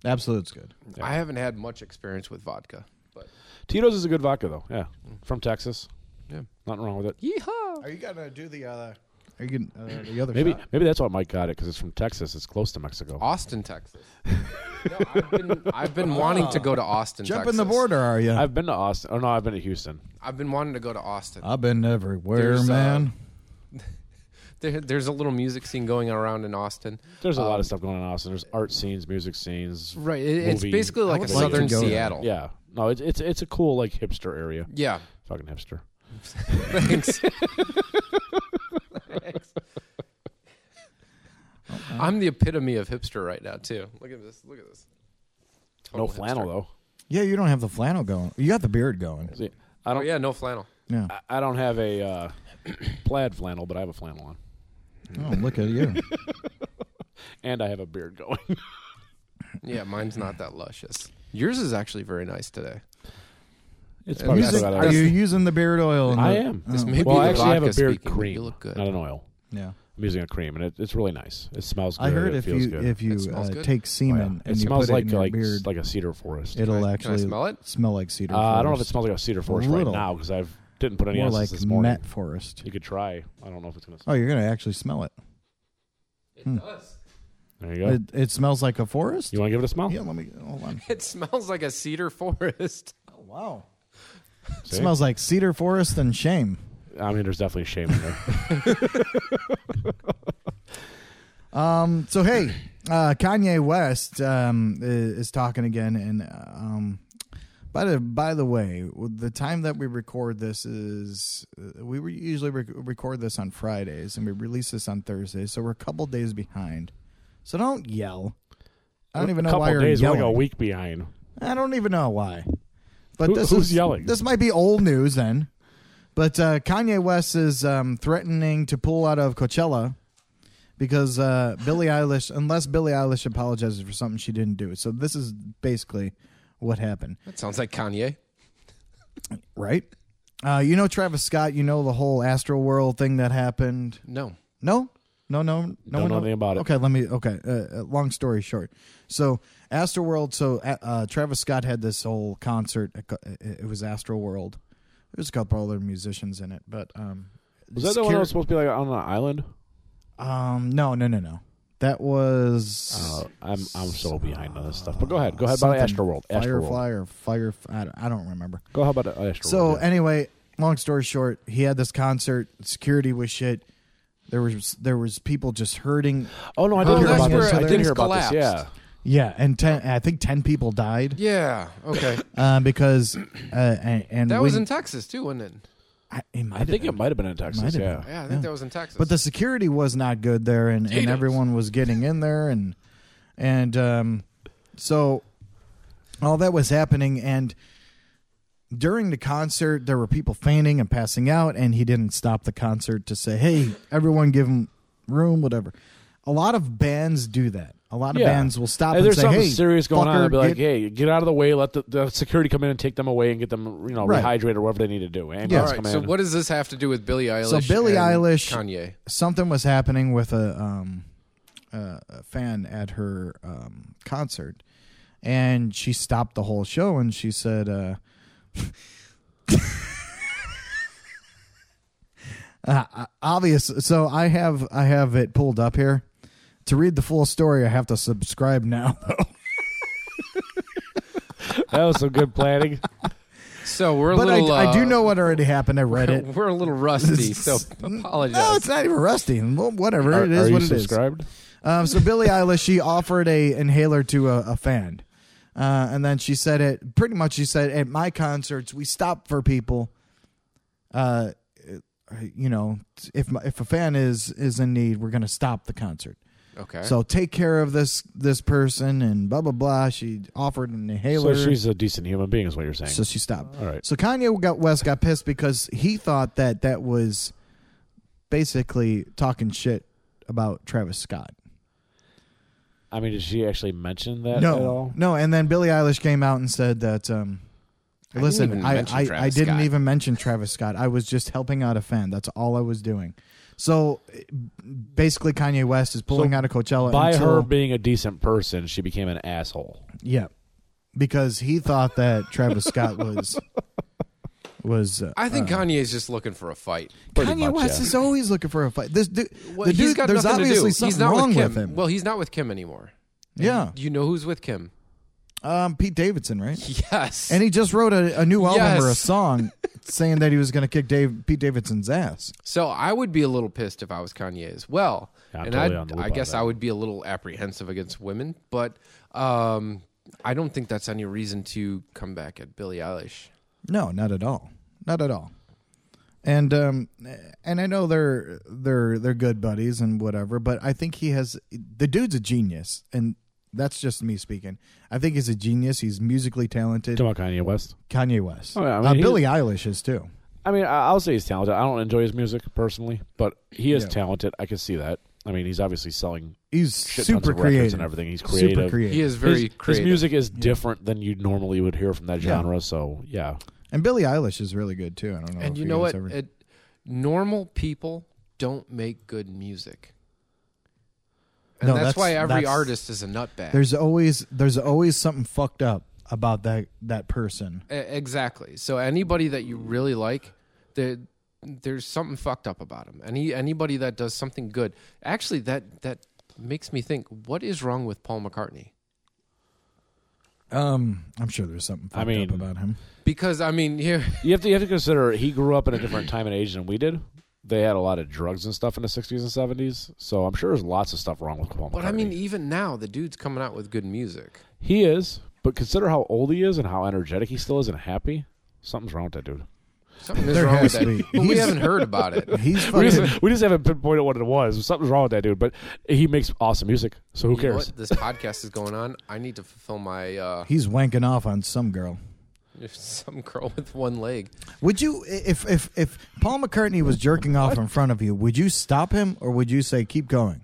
Speaker 3: Absolute's good.
Speaker 5: Yeah.
Speaker 4: I haven't had much experience with vodka, but
Speaker 5: Tito's is a good vodka though. Yeah, from Texas.
Speaker 4: Mm. Yeah.
Speaker 5: nothing wrong with it.
Speaker 4: yeehaw!
Speaker 3: Are you gonna do the uh, Are you gonna, uh, the other?
Speaker 5: Maybe
Speaker 3: shot?
Speaker 5: maybe that's why Mike got it because it's from Texas. It's close to Mexico.
Speaker 4: Austin, Texas. no, I've been I've been wanting to go to Austin.
Speaker 3: jumping
Speaker 4: Texas.
Speaker 3: the border. Are you? I've,
Speaker 5: I've been to Austin. Oh no, I've been to Houston.
Speaker 4: I've been wanting to go to Austin.
Speaker 3: been everywhere,
Speaker 4: There's, uh,
Speaker 3: man.
Speaker 4: There, there's a little music scene going around in Austin.
Speaker 5: There's a
Speaker 4: Um,
Speaker 5: lot of stuff going on in Austin. There's art scenes, music scenes.
Speaker 4: Right. It, it's
Speaker 5: movie-
Speaker 4: basically like a
Speaker 3: would like to
Speaker 4: southern
Speaker 3: go there.
Speaker 4: Seattle.
Speaker 5: Yeah. No, it's it's it's a cool like hipster area.
Speaker 4: Yeah.
Speaker 5: Fucking hipster.
Speaker 4: Thanks. Thanks. I'm the epitome of hipster right now too. Look at this. Look at this.
Speaker 5: No
Speaker 4: Total
Speaker 5: flannel
Speaker 4: hipster.
Speaker 5: though.
Speaker 3: yeah, you don't have the flannel going. You got the beard going.
Speaker 5: See, I
Speaker 4: Oh
Speaker 5: don't.
Speaker 4: yeah, no flannel.
Speaker 3: Yeah.
Speaker 5: I- I don't have a uh, plaid flannel, but I have a flannel on,
Speaker 3: Oh, look at you.
Speaker 5: and I have a beard going.
Speaker 4: Yeah, mine's not that luscious. Yours is actually very nice today.
Speaker 5: it's
Speaker 4: probably
Speaker 3: Using-
Speaker 4: about
Speaker 5: about
Speaker 4: it.
Speaker 3: are you using the beard oil? and
Speaker 5: I
Speaker 3: the-
Speaker 5: am.
Speaker 4: This
Speaker 3: Oh,
Speaker 4: may
Speaker 5: well,
Speaker 4: be
Speaker 5: I
Speaker 4: the
Speaker 5: actually have a
Speaker 4: vodka
Speaker 5: beard
Speaker 4: speaking, but
Speaker 5: cream,
Speaker 4: You look good.
Speaker 5: not an oil.
Speaker 3: Yeah.
Speaker 5: I'm using a cream, and it, it's really nice. It smells good.
Speaker 3: I heard
Speaker 5: it
Speaker 3: if
Speaker 5: feels
Speaker 3: you
Speaker 5: good.
Speaker 3: if you
Speaker 4: It smells
Speaker 3: uh,
Speaker 4: good.
Speaker 3: take
Speaker 5: Oh,
Speaker 3: semen
Speaker 5: yeah.
Speaker 3: and
Speaker 5: it
Speaker 3: you
Speaker 5: smells
Speaker 3: put
Speaker 5: like
Speaker 3: it in your
Speaker 5: like
Speaker 3: beard,
Speaker 5: like a cedar forest.
Speaker 3: it'll
Speaker 4: Can I- can I
Speaker 3: actually
Speaker 4: smell it?
Speaker 3: smell like cedar.
Speaker 5: uh, I don't know if it
Speaker 3: forest.
Speaker 5: smells like a cedar forest
Speaker 3: Little.
Speaker 5: right now because I've didn't put any
Speaker 3: more
Speaker 5: on
Speaker 3: like
Speaker 5: since this morning.
Speaker 3: Matt Forest.
Speaker 5: You could try. I don't know if it's gonna. Smell.
Speaker 3: Oh, you're gonna actually smell it.
Speaker 4: It
Speaker 3: Hmm.
Speaker 4: does.
Speaker 5: There you go.
Speaker 3: It, it smells like a forest.
Speaker 5: you want to give it a smell?
Speaker 3: yeah, let me hold on.
Speaker 4: It smells like a cedar forest.
Speaker 3: Oh, wow,
Speaker 5: See?
Speaker 3: smells like cedar forest and shame.
Speaker 5: I mean, there's definitely shame in there.
Speaker 3: Um, so hey, uh, Kanye West um, i- is talking again, and uh, um, by the by the way, the time that we record this is uh, we re- usually rec- record this on Fridays, and we release this on Thursdays, so we're a couple days behind. So don't yell. I don't even
Speaker 5: a
Speaker 3: know
Speaker 5: couple
Speaker 3: why you're
Speaker 5: days, we're
Speaker 3: yelling.
Speaker 5: like a week behind.
Speaker 3: I don't even know why. But
Speaker 5: Who-
Speaker 3: this
Speaker 5: who's
Speaker 3: is,
Speaker 5: yelling?
Speaker 3: This might be old news then. But uh, Kanye West is um, threatening to pull out of Coachella because uh, Billie Eilish, unless Billie Eilish apologizes for something she didn't do. So this is basically what happened,
Speaker 4: That sounds like Kanye.
Speaker 3: right? Uh, you know Travis Scott. You know the whole Astro World thing that happened.
Speaker 4: No.
Speaker 3: No, no, no, no.
Speaker 5: Don't
Speaker 3: one
Speaker 5: know anything about it.
Speaker 3: Okay, let me. Okay, uh, uh, long story short. So Astroworld. So uh, uh, Travis Scott had this whole concert. It co- It was Astroworld. There's a couple other musicians in it, but um,
Speaker 5: Was that the one that was supposed to be like on an island?
Speaker 3: Um, no, no, no, no. That was
Speaker 5: Uh, I'm I'm so behind on this stuff. But go ahead, go ahead about
Speaker 3: something
Speaker 5: Astroworld. Astroworld.
Speaker 3: Firefly or fire. I don't, I don't remember.
Speaker 5: Go ahead about Astroworld.
Speaker 3: So
Speaker 5: yeah.
Speaker 3: anyway, long story short, he had this concert. Security was shit. There was there was people just hurting.
Speaker 5: oh no, I did
Speaker 3: Oh,
Speaker 5: hear
Speaker 3: that's
Speaker 5: about this.
Speaker 3: where
Speaker 5: I did
Speaker 4: things
Speaker 5: hear about this. Yeah,
Speaker 4: collapsed.
Speaker 3: Yeah, and ten, I think ten people died.
Speaker 4: Yeah. Okay.
Speaker 3: uh, because uh, and, and
Speaker 4: That was
Speaker 3: when-
Speaker 4: in Texas too, wasn't it?
Speaker 3: I, it might
Speaker 5: I think it
Speaker 3: have been.
Speaker 5: might have been in Texas.
Speaker 3: Might have
Speaker 5: Yeah,
Speaker 4: Yeah, I think that was in Texas.
Speaker 3: but the security was not good there, and, and everyone was getting in there, and and um, so all that was happening, and during the concert, there were people fainting and passing out, and he didn't stop the concert to say, "Hey, everyone, give him room, whatever." A lot of bands do that. A lot of
Speaker 5: yeah.
Speaker 3: bands will stop
Speaker 5: If
Speaker 3: and
Speaker 5: there's
Speaker 3: say,
Speaker 5: something
Speaker 3: "Hey,
Speaker 5: serious going on,
Speaker 3: fucker,
Speaker 5: I'd be like,
Speaker 3: get-
Speaker 5: "Hey, get out of the way. Let the, the security come in and take them away and get them, you know,
Speaker 3: Right.
Speaker 5: rehydrated or whatever they need to do." Ambulance
Speaker 3: Yeah.
Speaker 4: All right.
Speaker 5: come
Speaker 4: So
Speaker 5: in.
Speaker 4: what does this have to do with Billie Eilish?
Speaker 3: So Billie
Speaker 4: and
Speaker 3: Eilish-
Speaker 4: Kanye.
Speaker 3: something was happening with a um a, a fan at her um concert and she stopped the whole show and she said uh Uh, uh, obvious. So I have I have it pulled up here. To read the full story, I have to subscribe now. Though.
Speaker 5: that was some good planning.
Speaker 4: So we're a
Speaker 3: But
Speaker 4: little.
Speaker 3: I, I do
Speaker 4: uh,
Speaker 3: know what already happened. I read it.
Speaker 4: We're a little rusty, so apologize.
Speaker 3: No, it's not even rusty. Well, Whatever
Speaker 5: are
Speaker 3: it is,
Speaker 5: are
Speaker 3: what
Speaker 5: you
Speaker 3: it is.
Speaker 5: subscribed?
Speaker 3: Um, so Billie Eilish, she offered a inhaler to a, a fan, uh, and then she said it pretty much. She said at my concerts we stop for people. Uh, you know, if my- if a fan is is in need, we're gonna stop the concert.
Speaker 4: okay.
Speaker 3: So take care of this this person and blah blah blah. She offered an
Speaker 5: So
Speaker 3: inhaler,
Speaker 5: she's a decent human being, is what you're saying.
Speaker 3: so she stopped.
Speaker 5: All right.
Speaker 3: So Kanye got West got pissed because he thought that that was basically talking shit about Travis Scott.
Speaker 5: I mean, did she actually mention that
Speaker 3: no,
Speaker 5: at all?
Speaker 3: No, and then Billie Eilish came out and said that um
Speaker 4: didn't
Speaker 3: listen,
Speaker 4: even
Speaker 3: I
Speaker 4: mention
Speaker 3: I, I,
Speaker 4: Travis
Speaker 3: didn't
Speaker 4: Scott.
Speaker 3: even mention Travis Scott. I was just helping out a fan. That's all I was doing. So basically Kanye West is pulling
Speaker 5: So
Speaker 3: out of Coachella
Speaker 5: By
Speaker 3: until,
Speaker 5: her being a decent person, she became an asshole.
Speaker 3: Yeah. Because he thought that Travis Scott was was uh,
Speaker 4: I think Kanye's just looking for a fight.
Speaker 5: Pretty
Speaker 3: Kanye
Speaker 5: much,
Speaker 3: West
Speaker 5: yeah.
Speaker 3: is always looking for a fight. This dude,
Speaker 4: Well,
Speaker 3: the
Speaker 4: he's
Speaker 3: dude
Speaker 4: got
Speaker 3: there's
Speaker 4: nothing to do.
Speaker 3: obviously
Speaker 4: he's
Speaker 3: something
Speaker 4: not
Speaker 3: wrong
Speaker 4: with, Kim.
Speaker 3: with him.
Speaker 4: Well, he's not with Kim anymore.
Speaker 3: yeah.
Speaker 4: You know who's with Kim?
Speaker 3: Um, Pete Davidson, right?
Speaker 4: Yes.
Speaker 3: And he just wrote a, a new album or a
Speaker 4: Yes.
Speaker 3: song saying that he was going to kick Dave, Pete Davidson's ass.
Speaker 4: so I would be a little pissed if I was Kanye as well.
Speaker 5: Yeah, I'm
Speaker 4: and
Speaker 5: totally
Speaker 4: I'd-
Speaker 5: on the loop
Speaker 4: I
Speaker 5: on
Speaker 4: guess
Speaker 5: that.
Speaker 4: I would be a little apprehensive against women, but um, I don't think that's any reason to come back at Billie Eilish.
Speaker 3: No, not at all. Not at all. And um and I know they're they're they're good buddies and whatever, but I think he has the dude's a genius and that's just me speaking. I think he's a genius. He's musically talented.
Speaker 5: Talking about Kanye West.
Speaker 3: Kanye West.
Speaker 5: Oh, yeah, I mean,
Speaker 3: uh,
Speaker 5: he's-
Speaker 3: Billie Eilish is too.
Speaker 5: I mean, I- I'll say he's talented. I don't enjoy his music personally, but he is
Speaker 3: Yeah.
Speaker 5: talented. I can see that. I mean, he's obviously selling
Speaker 3: He's
Speaker 5: Shit tons
Speaker 3: super
Speaker 5: of records
Speaker 3: creative
Speaker 5: and everything. He's
Speaker 3: Super
Speaker 5: creative.
Speaker 3: creative.
Speaker 4: He is very
Speaker 5: his,
Speaker 4: creative.
Speaker 5: His music is different than you normally would hear from that
Speaker 3: Yeah.
Speaker 5: genre. So yeah,
Speaker 3: And Billie Eilish is really good too. I don't know.
Speaker 4: and
Speaker 3: Oh, if
Speaker 4: you know
Speaker 3: guys
Speaker 4: what?
Speaker 3: ever-
Speaker 4: It, normal people don't make good music. And
Speaker 3: No,
Speaker 4: that's,
Speaker 3: that's-
Speaker 4: why every
Speaker 3: that's-
Speaker 4: artist is a nutbag.
Speaker 3: there's always there's always something fucked up about that that person.
Speaker 4: E- exactly. So anybody that you really like, there there's something fucked up about them. Any anybody that does something good, actually, that that makes me think, what is wrong with Paul McCartney?
Speaker 3: Um, I'm sure there's something fucked
Speaker 5: mean-
Speaker 3: up about him.
Speaker 4: Because I mean, here
Speaker 5: you have to you have to consider he grew up in a different time and age than we did. They had a lot of drugs and stuff in the '60s and '70s, so I'm sure there's lots of stuff wrong with Paul
Speaker 4: But I
Speaker 5: McCartney.
Speaker 4: mean, even now, the dude's coming out with good music.
Speaker 5: he is. But consider how old he is and how energetic he still is and happy. Something's wrong with that dude.
Speaker 4: Something is
Speaker 3: There
Speaker 4: wrong
Speaker 3: has
Speaker 4: with that.
Speaker 3: to be.
Speaker 4: But we
Speaker 3: He's-
Speaker 4: haven't heard about it.
Speaker 3: He's
Speaker 5: We
Speaker 3: fucking
Speaker 5: just, we just haven't pinpointed what it was. Something's wrong with that dude. But he makes awesome music, so who
Speaker 4: You know
Speaker 5: cares?
Speaker 4: what? This podcast is going on. I need to fulfill my uh,
Speaker 3: he's wanking off on some girl.
Speaker 4: some girl with one leg.
Speaker 3: Would you if if if Paul McCartney was jerking off in front of you, would you stop him or would you say keep going?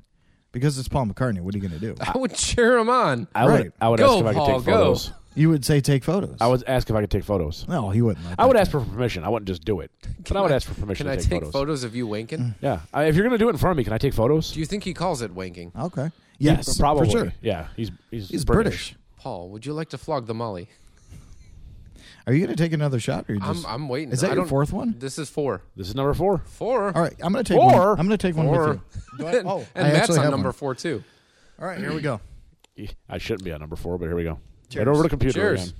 Speaker 3: because it's Paul McCartney. What are you going to do?
Speaker 4: I would cheer him on.
Speaker 5: I
Speaker 3: Right.
Speaker 5: would I would
Speaker 4: Go,
Speaker 5: ask if I could
Speaker 4: Paul,
Speaker 5: take
Speaker 4: go.
Speaker 5: photos.
Speaker 3: You would say take photos.
Speaker 5: I would ask if I could take photos.
Speaker 3: No, he wouldn't. Like
Speaker 5: I would
Speaker 3: that.
Speaker 5: ask for permission. I wouldn't just do it. But I would ask for permission
Speaker 4: Can I
Speaker 5: to
Speaker 4: take
Speaker 5: take, Mm.
Speaker 4: photos. of you wanking?
Speaker 5: Yeah. I, if you're gonna do it in front of me, can I take photos?
Speaker 4: Do you think he calls it wanking?
Speaker 3: Okay. Yes,
Speaker 5: probably.
Speaker 3: For sure.
Speaker 5: Yeah. He's he's,
Speaker 3: He's British.
Speaker 4: Paul, would you like to flog the molly?
Speaker 3: Are you going to take another shot? Or you just...
Speaker 4: I'm, I'm waiting.
Speaker 3: Is that
Speaker 4: I
Speaker 3: your
Speaker 4: don't-
Speaker 3: fourth one?
Speaker 4: This is four.
Speaker 5: This is number four.
Speaker 4: Four.
Speaker 3: All right, I'm going to take
Speaker 5: Or-
Speaker 3: one. I'm going to take one
Speaker 4: Four.
Speaker 3: with you. Do I-
Speaker 4: and
Speaker 3: oh,
Speaker 4: and
Speaker 3: I
Speaker 4: Matt's
Speaker 3: actually
Speaker 4: on
Speaker 3: have
Speaker 4: number
Speaker 3: one.
Speaker 4: four too.
Speaker 3: All right, here we go.
Speaker 5: I shouldn't be on number four, but here we go. Right over to the computer
Speaker 4: Cheers.
Speaker 5: again.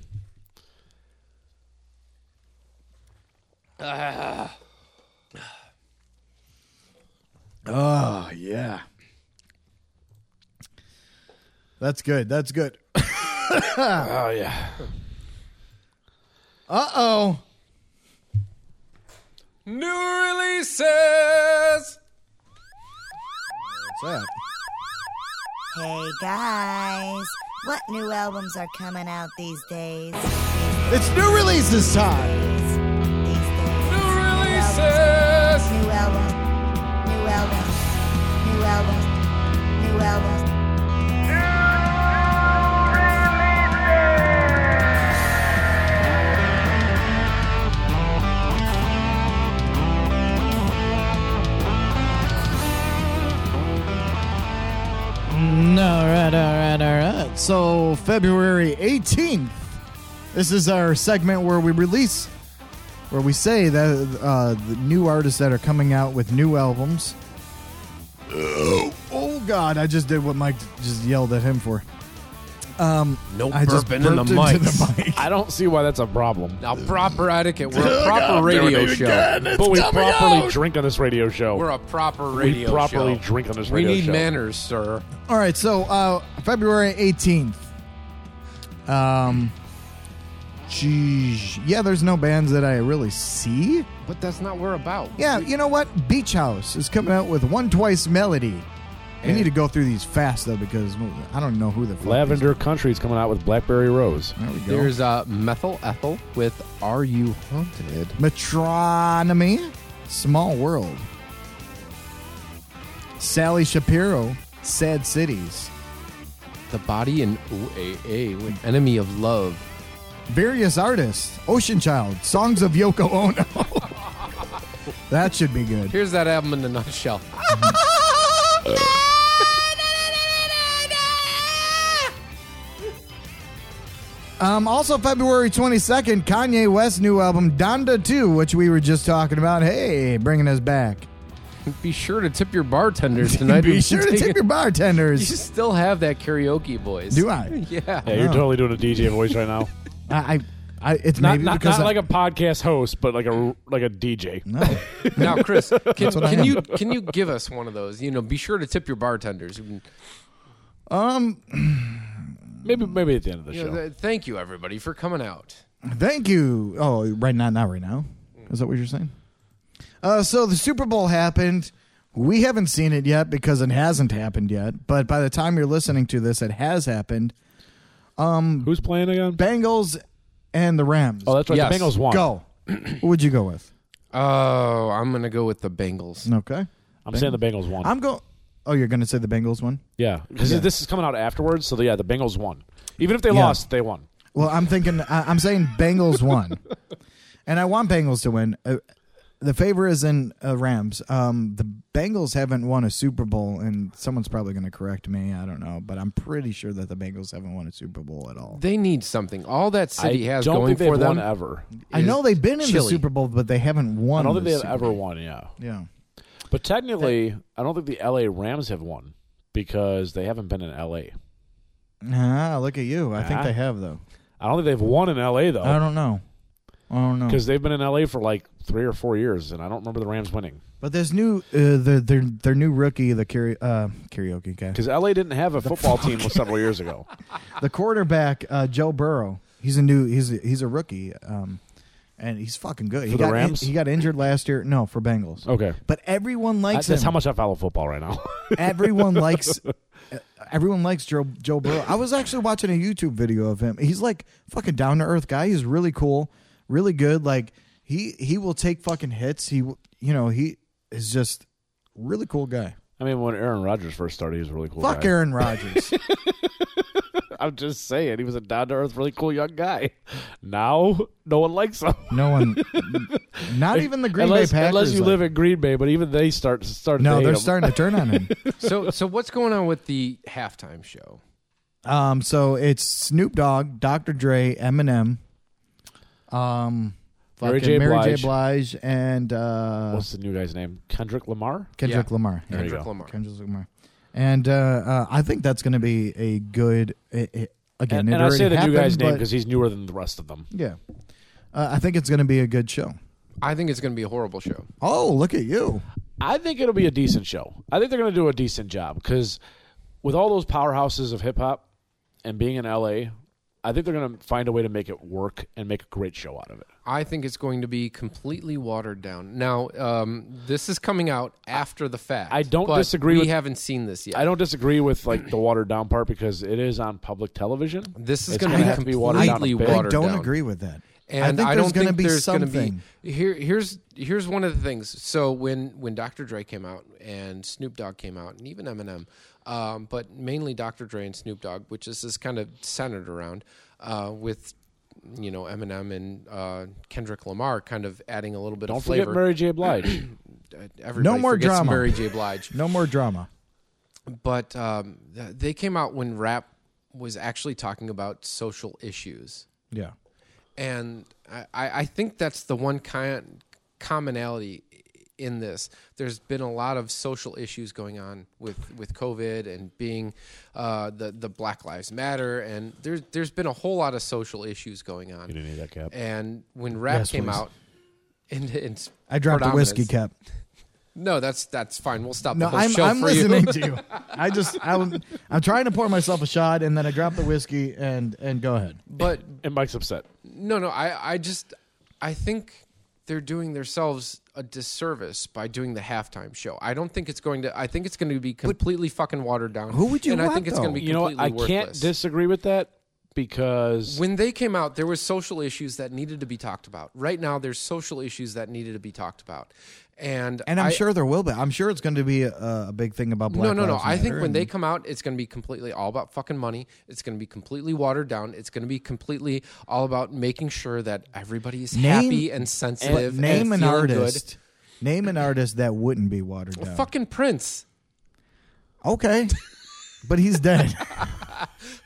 Speaker 3: Oh yeah, that's good. That's good.
Speaker 5: Oh yeah.
Speaker 3: Uh oh.
Speaker 4: New releases.
Speaker 3: What's that?
Speaker 7: Hey guys, what new albums are coming out these days?
Speaker 3: It's new release this time.
Speaker 7: These days.
Speaker 4: New releases.
Speaker 7: New album. New album. New album. New album.
Speaker 3: No, Mm, all right, all right, all right. So February 18th. This is our segment where we release, where we say that uh, the new artists that are coming out with new albums. Oh God! I just did what Mike just yelled at him for.
Speaker 4: No
Speaker 3: I just
Speaker 4: burping in the
Speaker 3: burped into
Speaker 4: mic.
Speaker 3: the mic.
Speaker 5: I don't see why that's a problem.
Speaker 4: Now proper etiquette. We're a proper radio show.
Speaker 5: But we properly drink on this radio show.
Speaker 4: We're a proper
Speaker 5: we
Speaker 4: radio
Speaker 5: properly
Speaker 4: show.
Speaker 5: drink on this
Speaker 4: we
Speaker 5: radio
Speaker 4: need
Speaker 5: show.
Speaker 4: manners, sir.
Speaker 3: All right, so uh, February 18th. Um, geez. Yeah, there's no bands that I really see.
Speaker 4: But that's not what we're about.
Speaker 3: Yeah, you know what? Beach House is coming out with One Twice Melody. We need to go through these fast, though, because I don't know who the fuck these-
Speaker 5: Lavender Country's coming out with Blackberry Rose.
Speaker 3: There we go.
Speaker 4: There's uh, Methyl Ethyl with Are You Haunted?
Speaker 3: Metronomy, Small World. Sally Shapiro, Sad Cities.
Speaker 4: The Body in OAA with Enemy of Love.
Speaker 3: Various artists, Ocean Child, Songs of Yoko Ono. that should be good.
Speaker 4: Here's that album in a nutshell.
Speaker 3: Um, also, February 22nd, Kanye West's new album, Donda 2, which we were just talking about. Hey, bringing us back.
Speaker 4: Be sure to tip your bartenders tonight.
Speaker 3: Be sure to tip your
Speaker 4: You
Speaker 3: bartenders.
Speaker 4: still have that karaoke voice.
Speaker 3: Do I?
Speaker 4: Yeah.
Speaker 5: Yeah,
Speaker 3: Oh.
Speaker 5: you're totally doing a DJ voice right now.
Speaker 3: I, I, I it's
Speaker 5: Not,
Speaker 3: maybe
Speaker 5: not,
Speaker 3: because
Speaker 5: not
Speaker 3: I-
Speaker 5: like a podcast host, but like a like a DJ.
Speaker 3: no.
Speaker 4: Now, Chris, can,
Speaker 3: what I
Speaker 4: can
Speaker 3: am.
Speaker 4: you can you give us one of those? You know, be sure to tip your bartenders. You
Speaker 3: Um,
Speaker 5: Maybe maybe at the end of the
Speaker 4: know,
Speaker 5: show.
Speaker 4: th- thank you, everybody, for coming out.
Speaker 3: thank you. Oh, right now, not right now. Is that what you're saying? Uh, so the Super Bowl happened. We haven't seen it yet because it hasn't happened yet. But by the time you're listening to this, it has happened.
Speaker 5: Who's playing again?
Speaker 3: Bengals and the Rams.
Speaker 5: Oh, that's right.
Speaker 4: Yes.
Speaker 5: The Bengals won.
Speaker 3: go. what would you go with?
Speaker 4: Oh, I'm gonna go with the Bengals.
Speaker 3: Okay.
Speaker 5: I'm saying the Bengals won.
Speaker 3: I'm going. Oh, you're going to say the Bengals one?
Speaker 5: yeah, because this is coming out afterwards. So yeah, the Bengals won. Even if they
Speaker 3: Yeah.
Speaker 5: lost, they won.
Speaker 3: Well, I'm thinking. I, I'm saying Bengals one, and I want Bengals to win. Uh, the favor is in uh, Rams. Um, the Bengals haven't won a Super Bowl, and someone's probably going to correct me. I don't know, but I'm pretty sure that the Bengals haven't won a Super Bowl at all.
Speaker 4: They need something. All that city
Speaker 5: I
Speaker 4: has
Speaker 5: don't
Speaker 4: going
Speaker 5: think they've
Speaker 4: for them.
Speaker 5: won ever.
Speaker 3: I know they've been in the
Speaker 4: chilly.
Speaker 3: Super Bowl, but they haven't won.
Speaker 5: I don't think
Speaker 3: the
Speaker 5: they've
Speaker 3: Super
Speaker 5: ever
Speaker 3: Bowl.
Speaker 5: won. Yeah,
Speaker 3: Yeah.
Speaker 5: but technically, I don't think the L.A. Rams have won because they haven't been in L.A.
Speaker 3: Ah, look at you. I think
Speaker 5: Ah. Oh.
Speaker 3: they have though.
Speaker 5: I don't think they've won in L.A.
Speaker 3: I
Speaker 5: though
Speaker 3: don't know. I don't know.
Speaker 5: because they've been in L.A. for like three or four years, and I don't remember the Rams winning
Speaker 3: But there's new uh, their their their new rookie, the karaoke, uh, karaoke guy,
Speaker 5: because L.A. didn't have a football team several years ago.
Speaker 3: the quarterback, uh, Joe Burrow. He's a new he's a, he's a rookie, um, and he's fucking good. he
Speaker 5: the
Speaker 3: got
Speaker 5: Rams?
Speaker 3: he got injured last year. No, for Bengals.
Speaker 5: Okay,
Speaker 3: But everyone likes
Speaker 5: that's, that's
Speaker 3: him.
Speaker 5: how much I follow football right now.
Speaker 3: everyone likes uh, everyone likes Joe Joe Burrow. I was actually watching a YouTube video of him. He's like fucking down to earth guy. He's really cool, really good. Like he he will take fucking hits. He w- you know he is just really cool guy.
Speaker 5: I mean, when Aaron Rodgers first started, he was a really cool.
Speaker 3: Fuck
Speaker 5: guy.
Speaker 3: Aaron Rodgers.
Speaker 5: I'm just saying, he was a down to earth, really cool young guy. Now, no one likes him.
Speaker 3: no one, not even the Green
Speaker 5: unless,
Speaker 3: Bay Packers.
Speaker 5: unless you
Speaker 3: like-
Speaker 5: live in Green Bay, but even they start start.
Speaker 3: no,
Speaker 5: to
Speaker 3: they're
Speaker 5: hate him.
Speaker 3: starting to turn on him.
Speaker 4: So so what's going on with the halftime show?
Speaker 3: Um, so it's Snoop Dogg, Dr. Dre, Eminem, um,
Speaker 5: Mary
Speaker 3: fucking
Speaker 5: J.
Speaker 3: Mary
Speaker 5: Blige.
Speaker 3: J. Blige, and uh,
Speaker 5: What's the new guy's name? Kendrick Lamar.
Speaker 3: Kendrick
Speaker 4: Yeah.
Speaker 3: Lamar.
Speaker 5: There you
Speaker 4: Kendrick
Speaker 5: go.
Speaker 4: Lamar.
Speaker 3: Kendrick Lamar. And uh, uh, I think that's going to be a good. It, it, again,
Speaker 5: And,
Speaker 3: it
Speaker 5: and I
Speaker 3: already
Speaker 5: say the
Speaker 3: happened,
Speaker 5: new guy's name
Speaker 3: but-
Speaker 5: because he's newer than the rest of them.
Speaker 3: yeah, uh, I think it's going to be a good show.
Speaker 4: I think it's going to be a horrible show.
Speaker 3: Oh, look at you!
Speaker 5: I think it'll be a decent show. I think they're going to do a decent job because with all those powerhouses of hip hop and being in LA, I think they're going to find a way to make it work and make a great show out of it.
Speaker 4: I think it's going to be completely watered down. Now, um, this is coming out after the fact.
Speaker 5: I don't
Speaker 4: but
Speaker 5: disagree
Speaker 4: We
Speaker 5: with-
Speaker 4: haven't seen this yet.
Speaker 5: I don't disagree with like the watered down part because it is on public television.
Speaker 4: This is
Speaker 5: It's
Speaker 4: going
Speaker 5: gonna
Speaker 4: be
Speaker 5: have to be watered down a
Speaker 4: completely
Speaker 5: bit.
Speaker 3: I
Speaker 4: watered
Speaker 3: don't
Speaker 4: down.
Speaker 3: agree with that.
Speaker 4: And
Speaker 3: I think there's
Speaker 4: don't
Speaker 3: going to
Speaker 4: think
Speaker 3: be
Speaker 4: there's gonna
Speaker 3: something.
Speaker 4: Be, here, here's here's one of the things. So when when Dr. Dre came out and Snoop Dogg came out and even Eminem, um, but mainly Dr. Dre and Snoop Dogg, which is is kind of centered around uh, with you know Eminem and uh, Kendrick Lamar, kind of adding a little bit
Speaker 5: Don't
Speaker 4: of
Speaker 5: forget
Speaker 4: flavor.
Speaker 5: Mary J. Blige.
Speaker 4: Everybody
Speaker 3: No more
Speaker 4: forgets
Speaker 3: drama.
Speaker 4: Mary J. Blige.
Speaker 3: No more drama.
Speaker 4: but um, th- they came out when rap was actually talking about social issues
Speaker 3: Yeah,
Speaker 4: and I, I I think that's the one kind commonality in this. There's been a lot of social issues going on with with COVID and being uh, the the Black Lives Matter, and there's there's been a whole lot of social issues going on.
Speaker 5: didn't need that cap.
Speaker 4: And when rap
Speaker 3: Yes,
Speaker 4: came
Speaker 3: please.
Speaker 4: out, and, and
Speaker 3: I dropped a whiskey
Speaker 4: predominance-
Speaker 3: cap.
Speaker 4: No, that's that's fine. We'll stop
Speaker 3: No,
Speaker 4: the whole
Speaker 3: I'm,
Speaker 4: show
Speaker 3: I'm
Speaker 4: for
Speaker 3: listening
Speaker 4: you.
Speaker 3: to you. I just I'm, I'm trying to pour myself a shot, and then I drop the whiskey, and and go ahead.
Speaker 4: But
Speaker 5: And Mike's upset.
Speaker 4: No, no. I, I just, I think they're doing themselves a disservice by doing the halftime show. I don't think it's going to. I think it's going to be completely fucking watered down.
Speaker 3: who would you
Speaker 4: And I
Speaker 3: want,
Speaker 4: think it's going
Speaker 3: though?
Speaker 4: to be
Speaker 5: You know, what?
Speaker 4: completely
Speaker 5: I can't
Speaker 4: worthless.
Speaker 5: disagree with that because
Speaker 4: when they came out, there was social issues that needed to be talked about. Right now, there's social issues that needed to be talked about, and
Speaker 3: And I'm
Speaker 4: I-
Speaker 3: sure there will be. I'm sure it's going to be a, a big thing about Black
Speaker 4: no, no, no.
Speaker 3: Lives
Speaker 4: I think
Speaker 3: Matter
Speaker 4: when they
Speaker 3: and-
Speaker 4: come out, it's going to be completely all about fucking money. It's going to be completely watered down. It's going to be completely all about making sure that everybody is
Speaker 3: Name-
Speaker 4: happy and sensitive. and
Speaker 3: name an
Speaker 4: feeling
Speaker 3: artist, name an artist that wouldn't be watered
Speaker 4: Good.
Speaker 3: down.
Speaker 4: Fucking Prince.
Speaker 3: Okay, but he's dead.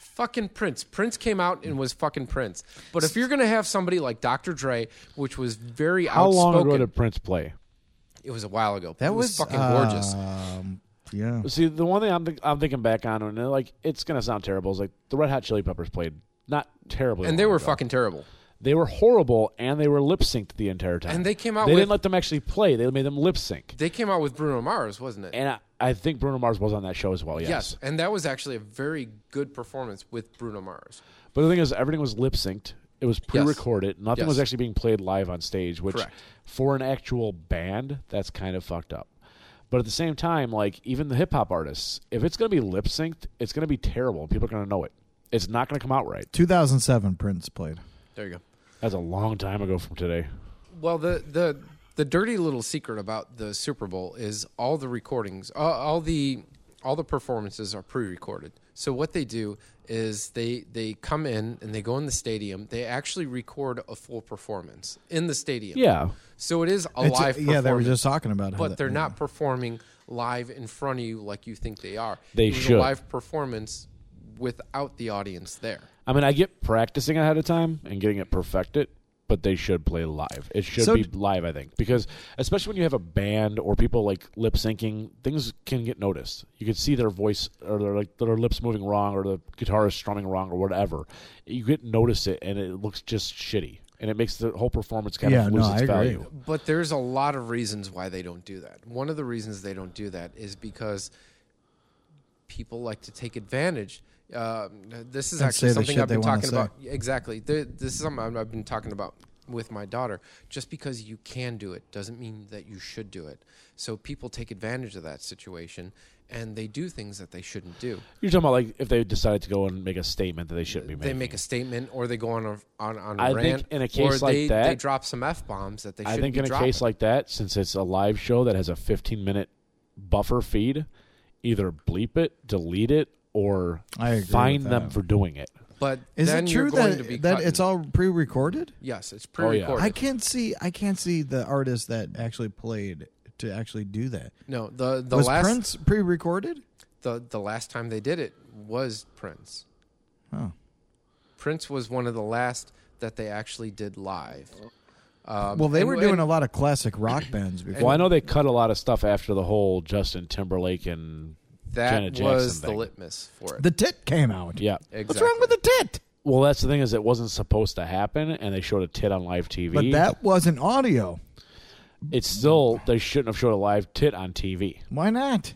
Speaker 4: Fucking Prince. Prince came out and was fucking Prince. But if you're going to have somebody like Dr. Dre, which was very
Speaker 5: how
Speaker 4: outspoken,
Speaker 5: long ago did Prince play?
Speaker 4: it was a while ago.
Speaker 3: That
Speaker 4: it was, fucking gorgeous.
Speaker 3: Um, yeah,
Speaker 5: See, the one thing I'm, think I'm thinking back on, and like it's gonna sound terrible, is like the Red Hot Chili Peppers played not terribly,
Speaker 4: And they
Speaker 3: oh
Speaker 5: long
Speaker 4: were
Speaker 5: ago.
Speaker 4: fucking terrible.
Speaker 5: They were horrible, and they were lip synced the entire time.
Speaker 4: And they came out
Speaker 5: They
Speaker 4: with-
Speaker 5: didn't let them actually play. They made them lip sync.
Speaker 4: They came out with Bruno Mars, wasn't it?
Speaker 5: And I, I think Bruno Mars was on that show as well. Yes.
Speaker 4: yes. And that was actually a very good performance with Bruno Mars.
Speaker 5: But the thing is, everything was lip synced. It was pre-recorded. Nothing
Speaker 4: Yes.
Speaker 5: was actually being played live on stage, which
Speaker 4: Correct.
Speaker 5: for an actual band, that's kind of fucked up. But at the same time, like even the hip hop artists, if it's gonna be lip synced, it's gonna be terrible. People are gonna know it. It's not gonna come out right.
Speaker 3: 2007 Prince played.
Speaker 4: There you go.
Speaker 5: That's a long time ago from today.
Speaker 4: Well, the the the dirty little secret about the Super Bowl is all the recordings, all, all the all the performances are pre-recorded. So what they do is they they come in and they go in the stadium. They actually record a full performance in the stadium.
Speaker 5: Yeah.
Speaker 4: So it is a
Speaker 3: It's-
Speaker 4: live.
Speaker 3: yeah, they were
Speaker 4: performance,
Speaker 3: just talking about how
Speaker 4: but
Speaker 3: that-
Speaker 4: they're
Speaker 3: yeah.
Speaker 4: not performing live in front of you like you think they are.
Speaker 5: They
Speaker 4: it was
Speaker 5: should.
Speaker 4: a live performance without the audience there.
Speaker 5: I mean, I get practicing ahead of time and getting it perfected, but they should play live. It should
Speaker 3: So
Speaker 5: be
Speaker 3: d-
Speaker 5: live, I think, because especially when you have a band or people like lip syncing, things can get noticed. You can see their voice or their like their lips moving wrong or the guitarist strumming wrong or whatever. You get notice it, and it looks just shitty, and it makes the whole performance kind
Speaker 3: Yeah,
Speaker 5: of
Speaker 3: no,
Speaker 5: lose
Speaker 3: I
Speaker 5: its
Speaker 3: agree.
Speaker 5: value.
Speaker 4: But there's a lot of reasons why they don't do that. One of the reasons they don't do that is because people like to take advantage. Um, this is
Speaker 3: And say
Speaker 4: actually
Speaker 3: the
Speaker 4: something
Speaker 3: shit
Speaker 4: I've
Speaker 3: they
Speaker 4: been
Speaker 3: wanna
Speaker 4: talking
Speaker 3: say.
Speaker 4: about. Exactly. Th- This is something I've- I've been talking about with my daughter. Just because you can do it doesn't mean that you should do it. So people take advantage of that situation and they do things that they shouldn't do.
Speaker 5: You're talking about like if they decided to go and make a statement that they shouldn't be making.
Speaker 4: They make a statement or they go on a, on, on a
Speaker 5: I think
Speaker 4: rant.
Speaker 5: in a case
Speaker 4: or
Speaker 5: like
Speaker 4: they,
Speaker 5: that-
Speaker 4: they drop some F bombs that they
Speaker 5: I
Speaker 4: shouldn't
Speaker 5: think
Speaker 4: be
Speaker 5: in a
Speaker 4: dropping.
Speaker 5: case like that, since it's a live show that has a 15 minute buffer feed, either bleep it, delete it, or
Speaker 3: I agree
Speaker 5: fine
Speaker 3: with
Speaker 5: them
Speaker 3: that.
Speaker 5: for doing it.
Speaker 4: But
Speaker 3: Is
Speaker 4: then
Speaker 3: it
Speaker 4: you're
Speaker 3: true
Speaker 4: going to be
Speaker 3: that that
Speaker 4: cutting.
Speaker 3: it's all pre-recorded?
Speaker 4: yes, it's
Speaker 5: Oh, yeah.
Speaker 4: pre-recorded.
Speaker 3: I can't see. I can't see the artist that actually played to actually do that.
Speaker 4: No, the the
Speaker 3: Was
Speaker 4: last
Speaker 3: Prince pre-recorded?
Speaker 4: the the last time they did it was Prince.
Speaker 3: Oh.
Speaker 4: Prince was one of the last that they actually did live. Um,
Speaker 3: Well, they
Speaker 4: and-
Speaker 3: were doing
Speaker 4: and-
Speaker 3: a lot of classic rock bands before.
Speaker 5: Well, I know they cut a lot of stuff after the whole Justin Timberlake and Janet
Speaker 4: that
Speaker 5: Jackson
Speaker 4: was the
Speaker 5: thing.
Speaker 4: litmus for it.
Speaker 3: The tit came out.
Speaker 5: yeah.
Speaker 4: exactly.
Speaker 3: What's wrong with the tit?
Speaker 5: Well, that's the thing is it wasn't supposed to happen, and they showed a tit on live TV.
Speaker 3: But that wasn't audio.
Speaker 5: it's still they shouldn't have showed a live tit on TV.
Speaker 3: Why not?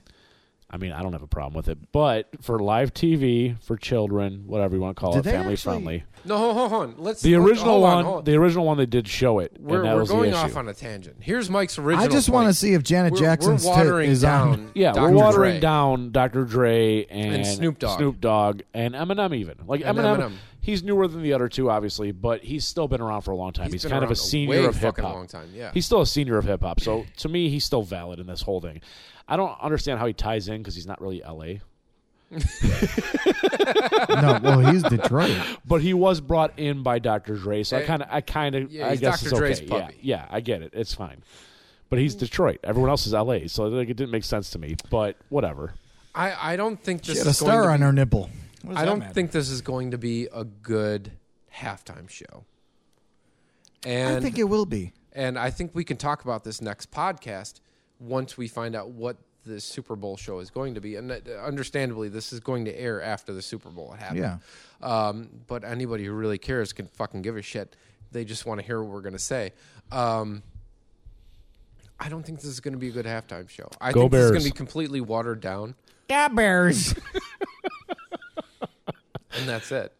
Speaker 5: I mean, I don't have a problem with it, but for live TV for children, whatever you want to call
Speaker 3: Did
Speaker 5: it,
Speaker 3: they
Speaker 5: family
Speaker 3: actually-
Speaker 5: friendly.
Speaker 4: No, hold, hold on. Let's
Speaker 5: The
Speaker 4: let's-
Speaker 5: original
Speaker 4: hold on,
Speaker 5: one,
Speaker 4: hold on.
Speaker 5: the original one, they did show it,
Speaker 4: we're
Speaker 5: and that
Speaker 4: we're
Speaker 5: was
Speaker 4: going
Speaker 5: the issue.
Speaker 4: off on a tangent. Here's Mike's original.
Speaker 3: I just want to
Speaker 4: point.
Speaker 3: see if Janet
Speaker 4: We're-
Speaker 3: Jackson's
Speaker 4: we're
Speaker 3: tit
Speaker 4: watering
Speaker 3: is
Speaker 4: down.
Speaker 3: on.
Speaker 5: yeah,
Speaker 4: Dr.
Speaker 5: we're watering
Speaker 4: Dre.
Speaker 5: down Dr. Dre and,
Speaker 4: And Snoop Dogg.
Speaker 5: Snoop Dogg and Eminem even like
Speaker 4: And
Speaker 5: Eminem,
Speaker 4: Eminem.
Speaker 5: He's newer than the other two, obviously, but he's still been around for a long time. He's,
Speaker 4: been
Speaker 5: kind of a
Speaker 4: around
Speaker 5: senior
Speaker 4: way
Speaker 5: of hip
Speaker 4: fucking
Speaker 5: hop.
Speaker 4: long time, yeah.
Speaker 5: he's still a senior of hip hop. So to me, he's still valid in this whole thing. I don't understand how he ties in because he's not really LA.
Speaker 3: No, well, he's Detroit.
Speaker 5: But he was brought in by Dr. Dre, so I
Speaker 4: Eh,
Speaker 5: kind of, I kind of,
Speaker 4: yeah,
Speaker 5: I
Speaker 4: he's
Speaker 5: guess
Speaker 4: Dr.
Speaker 5: it's okay.
Speaker 4: Dre's
Speaker 5: yeah,
Speaker 4: puppy.
Speaker 5: yeah, I get it. It's fine. But he's Detroit. Everyone else is LA, so like, it didn't make sense to me. But whatever.
Speaker 4: I I don't think
Speaker 3: She
Speaker 4: this
Speaker 3: had a
Speaker 4: is going
Speaker 3: star
Speaker 4: to
Speaker 3: on
Speaker 4: be-
Speaker 3: her nipple. What does
Speaker 4: I
Speaker 3: that
Speaker 4: don't
Speaker 3: matter?
Speaker 4: think this is going to be a good halftime show. And
Speaker 3: I think it will be.
Speaker 4: and I think we can talk about this next podcast once we find out what the Super Bowl show is going to be. And that- understandably, this is going to air after the Super Bowl happened.
Speaker 3: Yeah.
Speaker 4: Um, but anybody who really cares can fucking give a shit. They just want to hear what we're going to say. Um, I don't think this is going to be a good halftime show. I
Speaker 5: Go
Speaker 4: think this is going
Speaker 5: Bears.
Speaker 4: to be completely watered down,
Speaker 3: bears.
Speaker 4: and that's it.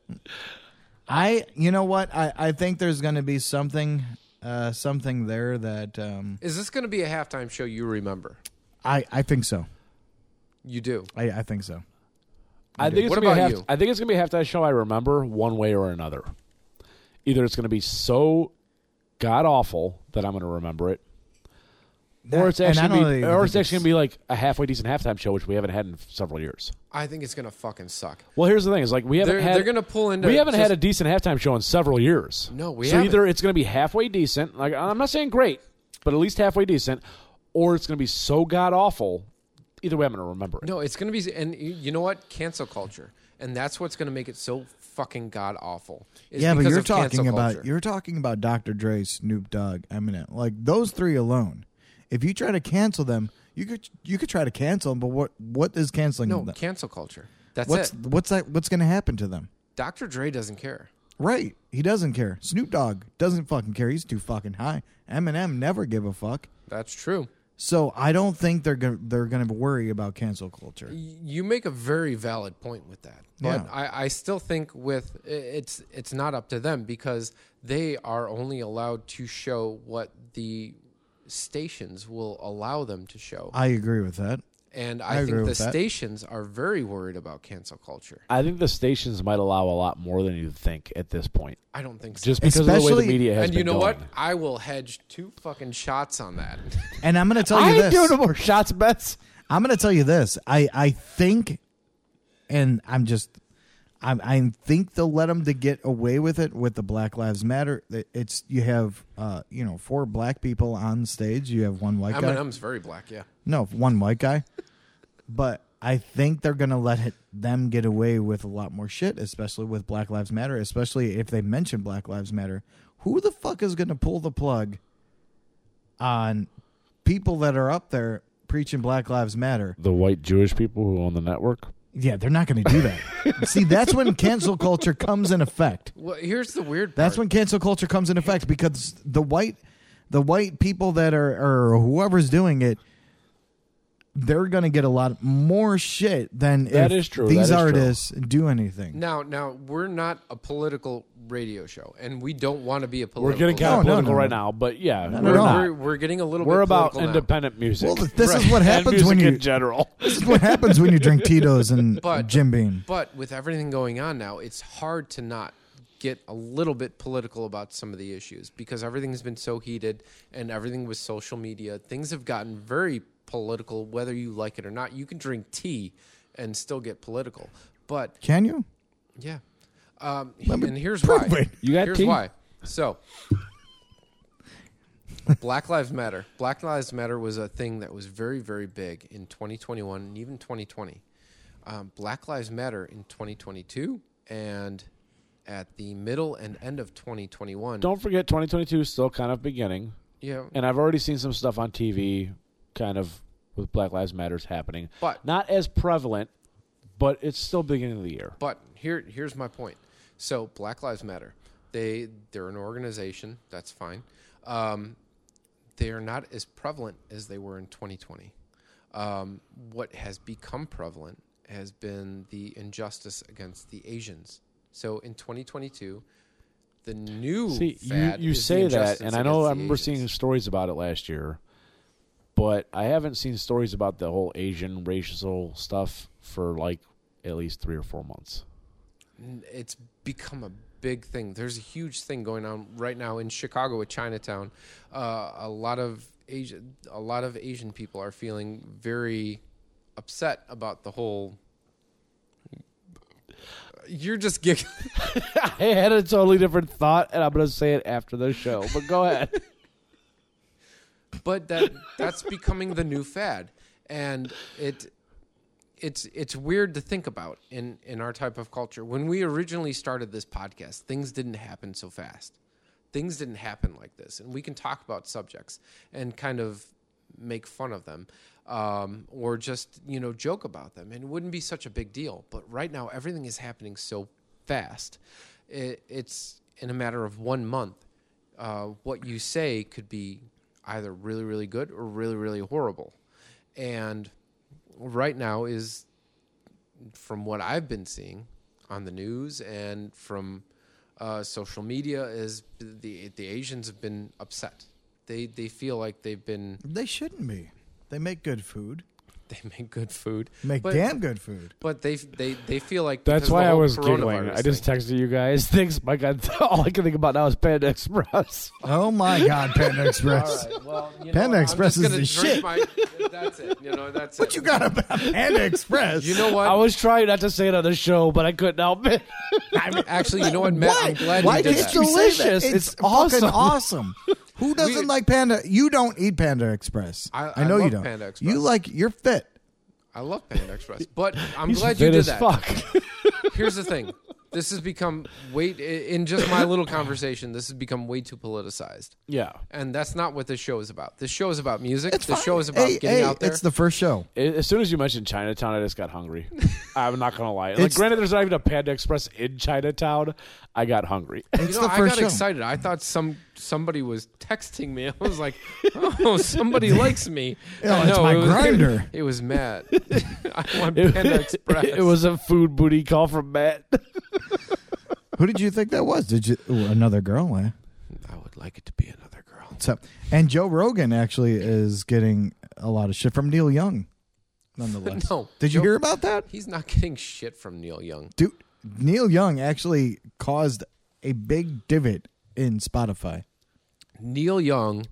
Speaker 3: I, you know what? I, I think there's going to be something, uh, something there that um,
Speaker 4: Is this going to be a halftime show you remember?
Speaker 3: I, I think so.
Speaker 4: You do.
Speaker 3: I, I think so.
Speaker 5: I think, it's
Speaker 4: What
Speaker 5: gonna be a
Speaker 4: about
Speaker 5: half,
Speaker 4: you?
Speaker 5: I think it's gonna be a halftime show I remember one way or another. Either it's gonna be so god awful that I'm gonna remember it, or it's
Speaker 3: And I
Speaker 5: actually
Speaker 3: don't
Speaker 5: gonna be,
Speaker 3: really
Speaker 5: or
Speaker 3: think
Speaker 5: it's actually
Speaker 3: it's-
Speaker 5: gonna be like a halfway decent halftime show, which we haven't had in several years.
Speaker 4: I think it's going to fucking suck.
Speaker 5: Well, here's the thing: is like we haven't
Speaker 4: They're-
Speaker 5: had
Speaker 4: they're gonna pull into
Speaker 5: we haven't
Speaker 4: just-
Speaker 5: had a decent halftime show in several years.
Speaker 4: No, we
Speaker 5: so
Speaker 4: haven't.
Speaker 5: either it's gonna be halfway decent. Like I'm not saying great, but at least halfway decent, or it's gonna be so god awful. Either way, I'm gonna remember it.
Speaker 4: No, it's going to be, and you you know what? Cancel culture, and that's what's going to make it so fucking god awful. is
Speaker 3: yeah, but
Speaker 4: because
Speaker 3: you're
Speaker 4: of cancel
Speaker 3: talking about
Speaker 4: culture.
Speaker 3: you're talking about Dr. Dre, Snoop Dogg, Eminem, like those three alone. If you try to cancel them, you could you could try to cancel them, but what what is canceling
Speaker 4: no
Speaker 3: them?
Speaker 4: cancel culture. That's
Speaker 3: what's
Speaker 4: it.
Speaker 3: what's that? What's going to happen to them?
Speaker 4: Dr. Dre doesn't care.
Speaker 3: Right, he doesn't care. Snoop Dogg doesn't fucking care. He's too fucking high. Eminem never give a fuck.
Speaker 4: That's true.
Speaker 3: So I don't think they're gonna, they're going to worry about cancel culture.
Speaker 4: Y- You make a very valid point with that, but
Speaker 3: Yeah.
Speaker 4: I, I still think with i- it's it's not up to them because they are only allowed to show what the stations will allow them to show,
Speaker 3: I agree with that.
Speaker 4: and
Speaker 3: I
Speaker 4: I,
Speaker 3: agree
Speaker 4: think the
Speaker 3: with that.
Speaker 4: stations are very worried about cancel culture.
Speaker 5: I think the stations might allow a lot more than you think at this point.
Speaker 4: I don't think so.
Speaker 5: just because of the way
Speaker 3: Especially-
Speaker 5: the media has
Speaker 4: and
Speaker 5: been
Speaker 4: you know
Speaker 5: going.
Speaker 4: what? I will hedge two fucking shots on that.
Speaker 3: And I'm going to tell you this.
Speaker 5: more shots bets.
Speaker 3: I'm going to tell you this. I I think, and I'm just, I I think they'll let them to get away with it with the Black Lives Matter. It- It's you have, uh, you know, four black people on stage. You have one white guy.
Speaker 4: Eminem's very black, yeah.
Speaker 3: No, one white guy. but I think they're going to let it, them get away with a lot more shit, especially with Black Lives Matter, especially if they mention Black Lives Matter. Who the fuck is going to pull the plug on people that are up there preaching Black Lives Matter?
Speaker 5: The white Jewish people who own the network.
Speaker 3: Yeah, they're not going to do that. See, that's when cancel culture comes in effect.
Speaker 4: Well, here's the weird part.
Speaker 3: That's when cancel culture comes in effect because the white the white people that are or whoever's doing it they're going to get a lot more shit than
Speaker 5: That
Speaker 3: if
Speaker 5: is true. That
Speaker 3: these
Speaker 5: is true.
Speaker 3: artists do anything.
Speaker 4: now, now we're not a political radio show, and we don't want to be a political.
Speaker 5: We're getting kind
Speaker 3: No,
Speaker 5: of
Speaker 3: no,
Speaker 5: political
Speaker 3: no,
Speaker 5: right
Speaker 3: no.
Speaker 5: now, but yeah,
Speaker 3: no,
Speaker 5: we're
Speaker 3: no.
Speaker 5: not.
Speaker 4: We're, we're getting a little.
Speaker 5: We're
Speaker 4: bit
Speaker 5: about
Speaker 4: political now.
Speaker 5: independent music.
Speaker 3: Well, this is
Speaker 4: Right.
Speaker 3: what
Speaker 5: And
Speaker 3: happens
Speaker 5: music
Speaker 3: when you
Speaker 5: in general.
Speaker 3: this is what happens when you drink Tito's and
Speaker 4: But-
Speaker 3: Jim Beam.
Speaker 4: But with everything going on now, it's hard to not get a little bit political about some of the issues because everything's been so heated and everything with social media. Things have gotten very political, whether you like it or not. You can drink tea and still get political. But
Speaker 3: Can you?
Speaker 4: yeah, um, and here's why.
Speaker 3: it.
Speaker 5: You got
Speaker 4: here's
Speaker 5: tea?
Speaker 4: why. So, Black Lives Matter. Black Lives Matter was a thing that was very, very big in 2021 and even 2020. Um, Black Lives Matter in 2022 and at the middle and end of 2021.
Speaker 5: Don't forget, 2022 is still kind of beginning,
Speaker 4: yeah.
Speaker 5: and I've already seen some stuff on TV, kind of with Black Lives Matters happening,
Speaker 4: But-
Speaker 5: not as prevalent, but it's still beginning of the year.
Speaker 4: But here, here's my point. So Black Lives Matter. They they're an organization. That's fine. Um, they are not as prevalent as they were in 2020. Um, what has become prevalent has been the injustice against the Asians. So in 2022, the new
Speaker 5: See, you,
Speaker 4: fad
Speaker 5: you
Speaker 4: is the
Speaker 5: say that,
Speaker 4: injustice
Speaker 5: and I
Speaker 4: against
Speaker 5: know I
Speaker 4: the
Speaker 5: remember
Speaker 4: Asians.
Speaker 5: seeing stories about it last year, but I haven't seen stories about the whole Asian racial stuff for like at least three or four months.
Speaker 4: it's become a big thing. There's a huge thing going on right now in Chicago with Chinatown. Uh, a lot of Asia, a lot of Asian people are feeling very upset about the whole. You're just giggling.
Speaker 5: I had a totally different thought, and I'm going to say it after the show. But go ahead.
Speaker 4: but that that's becoming the new fad and it it's it's weird to think about in in our type of culture when we originally started this podcast things didn't happen so fast things didn't happen like this and we can talk about subjects and kind of make fun of them um, or just you know joke about them and it wouldn't be such a big deal but right now everything is happening so fast it, it's in a matter of one month uh, what you say could be either really, really good or really, really horrible. And right now is, from what I've been seeing on the news and from uh, social media, is the the Asians have been upset. They they feel like they've been
Speaker 3: They shouldn't be. They make good food.
Speaker 4: they make good food,
Speaker 3: Make
Speaker 4: but,
Speaker 3: damn good food.
Speaker 4: but they they they feel like because
Speaker 5: That's
Speaker 4: the
Speaker 5: why I
Speaker 4: whole
Speaker 5: was giggling.
Speaker 4: coronavirus
Speaker 5: I just
Speaker 4: thing.
Speaker 5: texted you guys. Thanks, my God. All I can think about now is Panda Express.
Speaker 3: Oh my God, Panda Express.
Speaker 4: well, you know,
Speaker 3: Panda
Speaker 4: I'm
Speaker 3: Express
Speaker 4: just
Speaker 3: is
Speaker 4: gonna
Speaker 3: the
Speaker 4: drink
Speaker 3: shit.
Speaker 4: my- that's it. You know, that's
Speaker 3: What
Speaker 4: it.
Speaker 3: you got about Panda Express?
Speaker 4: You know what?
Speaker 5: I was trying not to say it on the show, but I couldn't help it.
Speaker 4: Actually, you know what, Matt?
Speaker 3: Why?
Speaker 4: I'm glad
Speaker 3: Why
Speaker 4: you did
Speaker 3: can't
Speaker 4: that.
Speaker 3: you say that?
Speaker 5: Delicious.
Speaker 3: It's,
Speaker 5: It's
Speaker 3: fucking
Speaker 5: awesome.
Speaker 3: awesome. Who doesn't
Speaker 4: We-
Speaker 3: like Panda? You don't eat Panda Express.
Speaker 4: I- I
Speaker 3: know you
Speaker 4: love
Speaker 3: don't.
Speaker 4: Panda Express.
Speaker 3: You like you're fit.
Speaker 4: I love Panda Express, but I'm
Speaker 5: He's
Speaker 4: glad
Speaker 5: fit
Speaker 4: you did
Speaker 5: as
Speaker 4: that.
Speaker 5: fuck.
Speaker 4: Here's the thing: this has become way in just my little conversation. This has become way too politicized,
Speaker 5: yeah.
Speaker 4: and that's not what this show is about. This show is about music.
Speaker 3: It's
Speaker 4: this
Speaker 3: fine.
Speaker 4: show is about
Speaker 3: Hey,
Speaker 4: getting
Speaker 3: hey,
Speaker 4: out there.
Speaker 3: It's the first show.
Speaker 5: As soon as you mentioned Chinatown, I just got hungry. I'm not going to lie. Like,
Speaker 3: It's-
Speaker 5: granted, there's not even a Panda Express in Chinatown. I got hungry.
Speaker 3: It's
Speaker 4: you know,
Speaker 3: the
Speaker 4: I
Speaker 3: first
Speaker 4: got
Speaker 3: show.
Speaker 4: excited. I thought some somebody was texting me. I was like, "Oh, somebody likes me."
Speaker 3: Yeah,
Speaker 4: I
Speaker 3: it's
Speaker 4: know,
Speaker 3: my
Speaker 4: it was,
Speaker 3: grinder.
Speaker 4: It was Matt. I want Panda Express.
Speaker 5: it was a food booty call from Matt.
Speaker 3: Who did you think that was? Did you ooh, another girl? Eh?
Speaker 4: I would like it to be another girl.
Speaker 3: So, and Joe Rogan actually is getting a lot of shit from Neil Young. Nonetheless,
Speaker 4: No.
Speaker 3: Did you
Speaker 4: Joe-
Speaker 3: hear about that?
Speaker 4: He's not getting shit from Neil Young.
Speaker 3: dude neil young actually caused a big divot in spotify
Speaker 4: Neil Young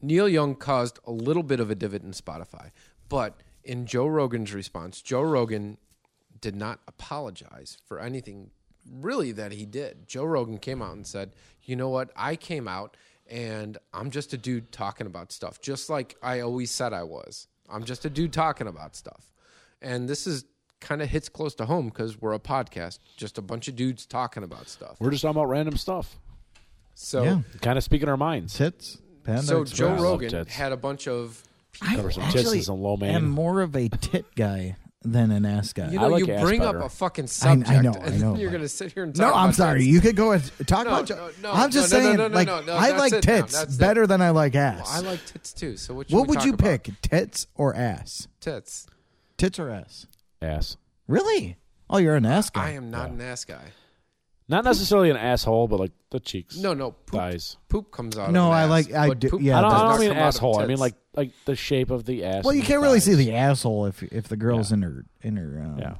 Speaker 4: Neil Young caused a little bit of a divot in Spotify, but in Joe Rogan's response, Joe Rogan did not apologize for anything really that he did. Joe Rogan came out and said, "You know what? I came out and I'm just a dude talking about stuff, just like I always said I was. I'm just a dude talking about stuff." And this is kind of hits close to home cuz we're a podcast, just a bunch of dudes talking about stuff.
Speaker 5: We're just talking about random stuff,
Speaker 4: So
Speaker 3: Yeah.
Speaker 5: kind of speaking our minds.
Speaker 3: tits panda
Speaker 4: so
Speaker 3: Express.
Speaker 4: Joe
Speaker 5: love
Speaker 4: Rogan
Speaker 5: tits.
Speaker 4: had a bunch of.
Speaker 3: I
Speaker 5: Cover some tits
Speaker 3: actually
Speaker 5: and some low man.
Speaker 3: am more of a tit guy than an ass guy
Speaker 4: You
Speaker 5: I
Speaker 4: know,
Speaker 5: like
Speaker 4: you
Speaker 5: ass
Speaker 4: bring
Speaker 5: butter.
Speaker 4: up a fucking
Speaker 3: I know,
Speaker 4: subject.
Speaker 3: I
Speaker 4: and then
Speaker 3: know,
Speaker 4: You're
Speaker 3: but-
Speaker 4: gonna sit here and talk
Speaker 3: no i'm
Speaker 4: about
Speaker 3: sorry
Speaker 4: tits.
Speaker 3: you could go and talk
Speaker 4: No,
Speaker 3: about Joe-
Speaker 4: no, no,
Speaker 3: i'm just
Speaker 4: no, no,
Speaker 3: saying
Speaker 4: no, no,
Speaker 3: like
Speaker 4: no, no,
Speaker 3: i
Speaker 4: that's
Speaker 3: like
Speaker 4: it now,
Speaker 3: tits
Speaker 4: that's it.
Speaker 3: better than i like ass
Speaker 4: Well, I like tits too. So what? should
Speaker 3: what
Speaker 4: we
Speaker 3: would
Speaker 4: talk
Speaker 3: you
Speaker 4: about?
Speaker 3: pick tits or ass
Speaker 4: Tits.
Speaker 3: tits or ass
Speaker 5: Ass.
Speaker 3: really oh you're an ass guy
Speaker 4: I am not an ass guy.
Speaker 5: Not necessarily an asshole, but like the cheeks.
Speaker 4: No, no. Poop,
Speaker 5: Thighs.
Speaker 4: poop comes out.
Speaker 3: No,
Speaker 4: of an
Speaker 3: I
Speaker 4: ass,
Speaker 3: like- I
Speaker 4: but
Speaker 3: do-
Speaker 4: Poop
Speaker 3: yeah,
Speaker 5: I don't,
Speaker 3: does
Speaker 5: I
Speaker 3: not
Speaker 5: don't mean
Speaker 4: come out of
Speaker 5: asshole. I mean
Speaker 4: tits.
Speaker 5: like like the shape of the ass.
Speaker 3: well you
Speaker 5: and
Speaker 3: can't really see
Speaker 5: thighs.
Speaker 3: the asshole if if the girl's in her in her um,
Speaker 5: Yeah.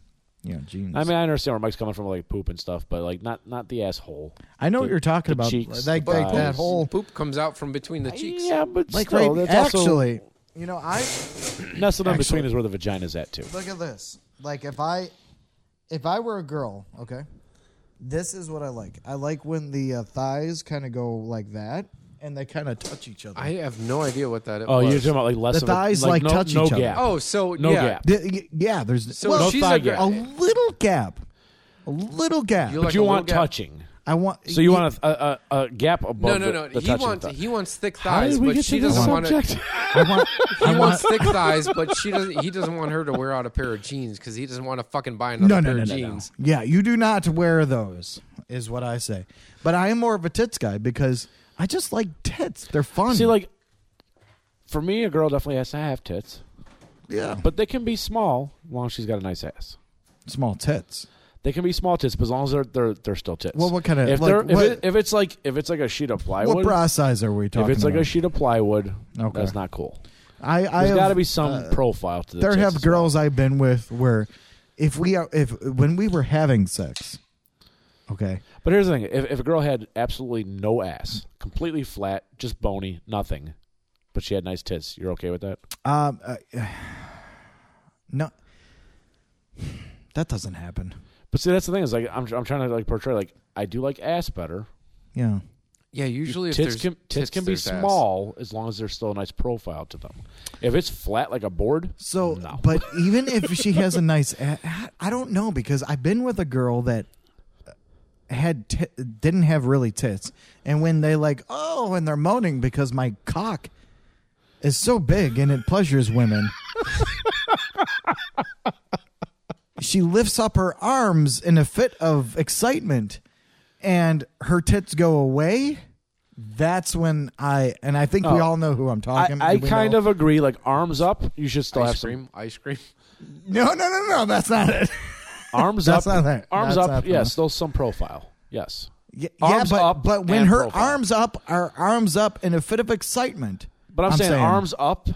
Speaker 3: you know jeans
Speaker 5: I mean, I understand where Mike's coming from, like poop and stuff, but like not not the asshole.
Speaker 3: I know what you're talking
Speaker 5: the
Speaker 3: about.
Speaker 5: cheeks,
Speaker 3: like
Speaker 5: the
Speaker 3: like
Speaker 5: thighs.
Speaker 3: that whole
Speaker 4: poop comes out from between the cheeks.
Speaker 5: Yeah, but
Speaker 3: like
Speaker 5: still,
Speaker 3: right,
Speaker 5: that's also-
Speaker 3: actually You know, I
Speaker 5: Nestled in between is where the vagina's at too.
Speaker 3: look at this. Like if I if I were a girl, okay? This is what I like. I like when the uh, thighs kind of go like that and they kind of touch each other.
Speaker 4: I have no idea what that
Speaker 5: Oh,
Speaker 4: was.
Speaker 5: you're talking about like less
Speaker 3: The
Speaker 5: of a-
Speaker 3: thighs, like,
Speaker 5: no,
Speaker 3: touch
Speaker 5: no
Speaker 3: each other.
Speaker 5: gap.
Speaker 4: Oh, so
Speaker 5: no
Speaker 4: yeah.
Speaker 5: gap.
Speaker 3: The- y- yeah, there's
Speaker 4: So
Speaker 3: well,
Speaker 5: No
Speaker 4: she's
Speaker 5: thigh
Speaker 4: a
Speaker 5: gap.
Speaker 4: girl.
Speaker 3: a little gap. A little gap.
Speaker 4: You
Speaker 5: But
Speaker 4: like
Speaker 5: you
Speaker 4: a little
Speaker 5: want
Speaker 4: gap.
Speaker 5: touching.
Speaker 3: I want
Speaker 5: So you want a, a, a, a gap above
Speaker 4: No, no,
Speaker 5: the-
Speaker 4: no.
Speaker 5: the
Speaker 4: he
Speaker 5: touching
Speaker 4: wants
Speaker 5: thigh.
Speaker 4: he wants thick
Speaker 5: How did
Speaker 4: thighs,
Speaker 5: we
Speaker 4: but
Speaker 5: get
Speaker 4: she
Speaker 5: to this
Speaker 4: doesn't want
Speaker 5: subject?
Speaker 4: to. He wants thick thighs, but she doesn't. He doesn't want her to wear out a pair of jeans because he doesn't want to fucking buy another
Speaker 3: no,
Speaker 4: pair
Speaker 3: no, no,
Speaker 4: of
Speaker 3: no, no.
Speaker 4: jeans.
Speaker 3: Yeah, you do not wear those, is what I say. But I am more of a tits guy because I just like tits. They're fun.
Speaker 5: See, like, for me, a girl definitely has to have tits,
Speaker 3: yeah,
Speaker 5: but they can be small as long as she's got a nice ass.
Speaker 3: small tits.
Speaker 5: They can be small tits, but as long as they're they're, they're still tits.
Speaker 3: Well, what kind of-
Speaker 5: if
Speaker 3: like,
Speaker 5: they're if,
Speaker 3: what-
Speaker 5: it, if it's like if it's like a sheet of plywood,
Speaker 3: What bra size are we
Speaker 5: if
Speaker 3: talking?
Speaker 5: it's like
Speaker 3: about?
Speaker 5: a sheet of plywood,
Speaker 3: Okay.
Speaker 5: that's not cool.
Speaker 3: I, I
Speaker 5: There's
Speaker 3: have-
Speaker 5: got to be some
Speaker 3: uh,
Speaker 5: profile to the
Speaker 3: there
Speaker 5: tits
Speaker 3: have
Speaker 5: as well.
Speaker 3: girls I've been with where, if we are, if when we were having sex, okay,
Speaker 5: But here's the thing: if, if a girl had absolutely no ass, completely flat, just bony, nothing, but she had nice tits, you're okay with that?
Speaker 3: um, uh, no, that doesn't happen.
Speaker 5: But see, that's the thing is like I'm I'm trying to like portray like I do like ass better.
Speaker 3: Yeah,
Speaker 4: Yeah, usually if
Speaker 5: tits
Speaker 4: there's
Speaker 5: can tits can be
Speaker 4: there's ass.
Speaker 5: small as long as there's still a nice profile to them. If it's flat like a board,
Speaker 3: So,
Speaker 5: No.
Speaker 3: but even if she has a nice, a- I don't know because I've been with a girl that uh, had t- didn't have really tits, and when they like, oh, and they're moaning because my cock is so big and it pleasures women. she lifts up her arms in a fit of excitement, and her tits go away. That's when I and I think we
Speaker 5: Oh.
Speaker 3: all know who I'm
Speaker 5: I,
Speaker 3: talking.
Speaker 5: I
Speaker 3: we
Speaker 5: kind
Speaker 3: know?
Speaker 5: of agree. Like arms up, you should still have
Speaker 4: Ice
Speaker 5: some
Speaker 4: cream, ice cream.
Speaker 3: no no no no that's not it.
Speaker 5: arms
Speaker 3: That's
Speaker 5: up.
Speaker 3: not that-
Speaker 5: Arms
Speaker 3: that's
Speaker 5: up,
Speaker 3: not
Speaker 5: yes,
Speaker 3: that.
Speaker 5: still some profile. Yes.
Speaker 3: Y-
Speaker 5: Arms
Speaker 3: yeah, but,
Speaker 5: up
Speaker 3: but when
Speaker 5: and
Speaker 3: her
Speaker 5: profile.
Speaker 3: arms up are arms up in a fit of excitement.
Speaker 5: But I'm, saying, arms up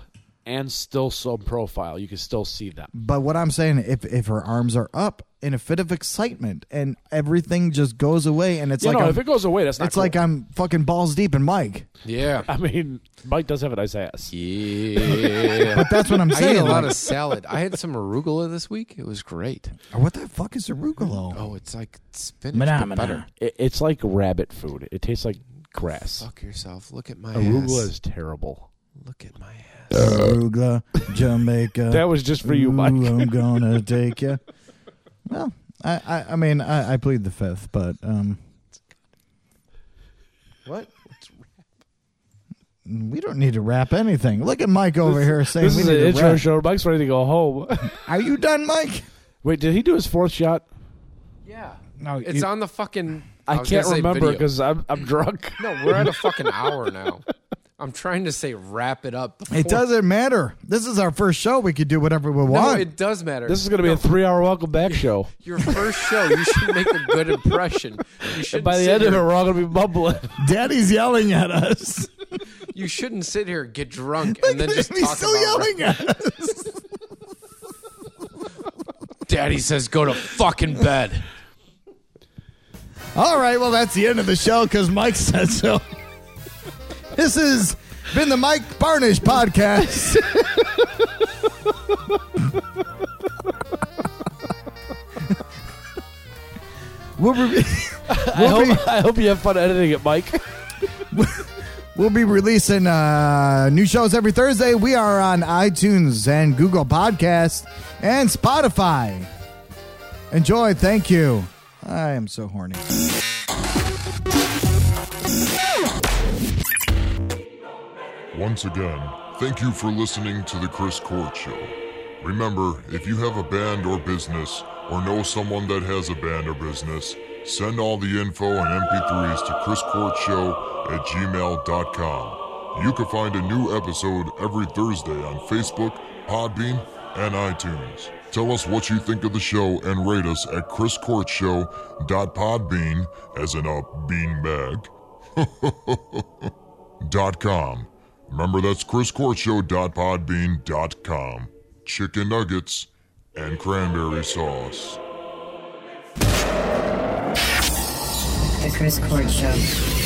Speaker 5: and still some profile. You can still see them.
Speaker 3: But what I'm saying, if if her arms are up in a fit of excitement and everything just goes away, and it's
Speaker 5: You
Speaker 3: like
Speaker 5: know,
Speaker 3: I'm,
Speaker 5: if it goes away, that's not
Speaker 3: it's like I'm fucking balls deep in Mike.
Speaker 4: Yeah,
Speaker 5: I mean, Mike does have a nice ass.
Speaker 4: yeah.
Speaker 3: But that's what I'm
Speaker 4: I ate
Speaker 3: saying.
Speaker 4: a lot
Speaker 3: like,
Speaker 4: of salad. I had some arugula this week. It was great.
Speaker 3: what the fuck is arugula?
Speaker 4: Oh, it's like spinach,
Speaker 3: Manamana.
Speaker 4: but better.
Speaker 5: It, it's like rabbit food. It tastes like grass.
Speaker 4: Fuck yourself. Look at my
Speaker 5: Arugula
Speaker 4: ass.
Speaker 5: is terrible.
Speaker 4: Look at my ass.
Speaker 3: Arugula, Jamaica.
Speaker 5: That was just for you,
Speaker 3: Ooh,
Speaker 5: Mike.
Speaker 3: I'm gonna take you. Well, I, I, I mean, I, I plead the fifth, but um, what? We don't need to wrap anything. Look at Mike over here saying
Speaker 5: This
Speaker 3: we
Speaker 5: is
Speaker 3: need
Speaker 5: an
Speaker 3: to
Speaker 5: intro
Speaker 3: wrap.
Speaker 5: show. Mike's ready to go home.
Speaker 3: Are you done, Mike?
Speaker 5: Wait, did he do his fourth shot?
Speaker 4: Yeah.
Speaker 3: No,
Speaker 4: It's on the fucking.
Speaker 5: I,
Speaker 4: was
Speaker 5: can't
Speaker 4: gonna say
Speaker 5: remember
Speaker 4: video.
Speaker 5: because I'm I'm drunk.
Speaker 4: No, we're at a fucking hour now. I'm trying to say wrap it up. Before,
Speaker 3: It doesn't matter. This is our first show. We could do whatever we
Speaker 4: No,
Speaker 3: want.
Speaker 4: it does matter.
Speaker 5: This is going to be a three-hour welcome back show.
Speaker 4: your first show. You should make a good impression. You should
Speaker 5: By the end of it, we're all going to be mumbling.
Speaker 3: Daddy's yelling at us.
Speaker 4: You shouldn't sit here, get drunk, and then just
Speaker 3: He's
Speaker 4: talk
Speaker 3: still
Speaker 4: about
Speaker 3: yelling at us.
Speaker 4: Daddy says go to fucking bed.
Speaker 3: All right, well, that's the end of the show because Mike said so. this has been the Mike Barnish podcast. we'll, be,
Speaker 5: I hope I hope you have fun editing it, Mike.
Speaker 3: we'll be releasing uh, new shows every Thursday. We are on iTunes and Google Podcasts and Spotify. Enjoy. Thank you. I am so horny.
Speaker 8: Once again, thank you for listening to The Chris Court Show. Remember, if you have a band or business, or know someone that has a band or business, send all the info and mp3s to chriscourtshow at gmail.com. You can find a new episode every Thursday on Facebook, Podbean, and iTunes. Tell us what you think of the show and rate us at chriscourtshow.podbean, as in a beanbag, dot com. Remember that's chriscourtshow.podbean.com. Chicken nuggets and cranberry sauce.
Speaker 1: The Chris Court Show.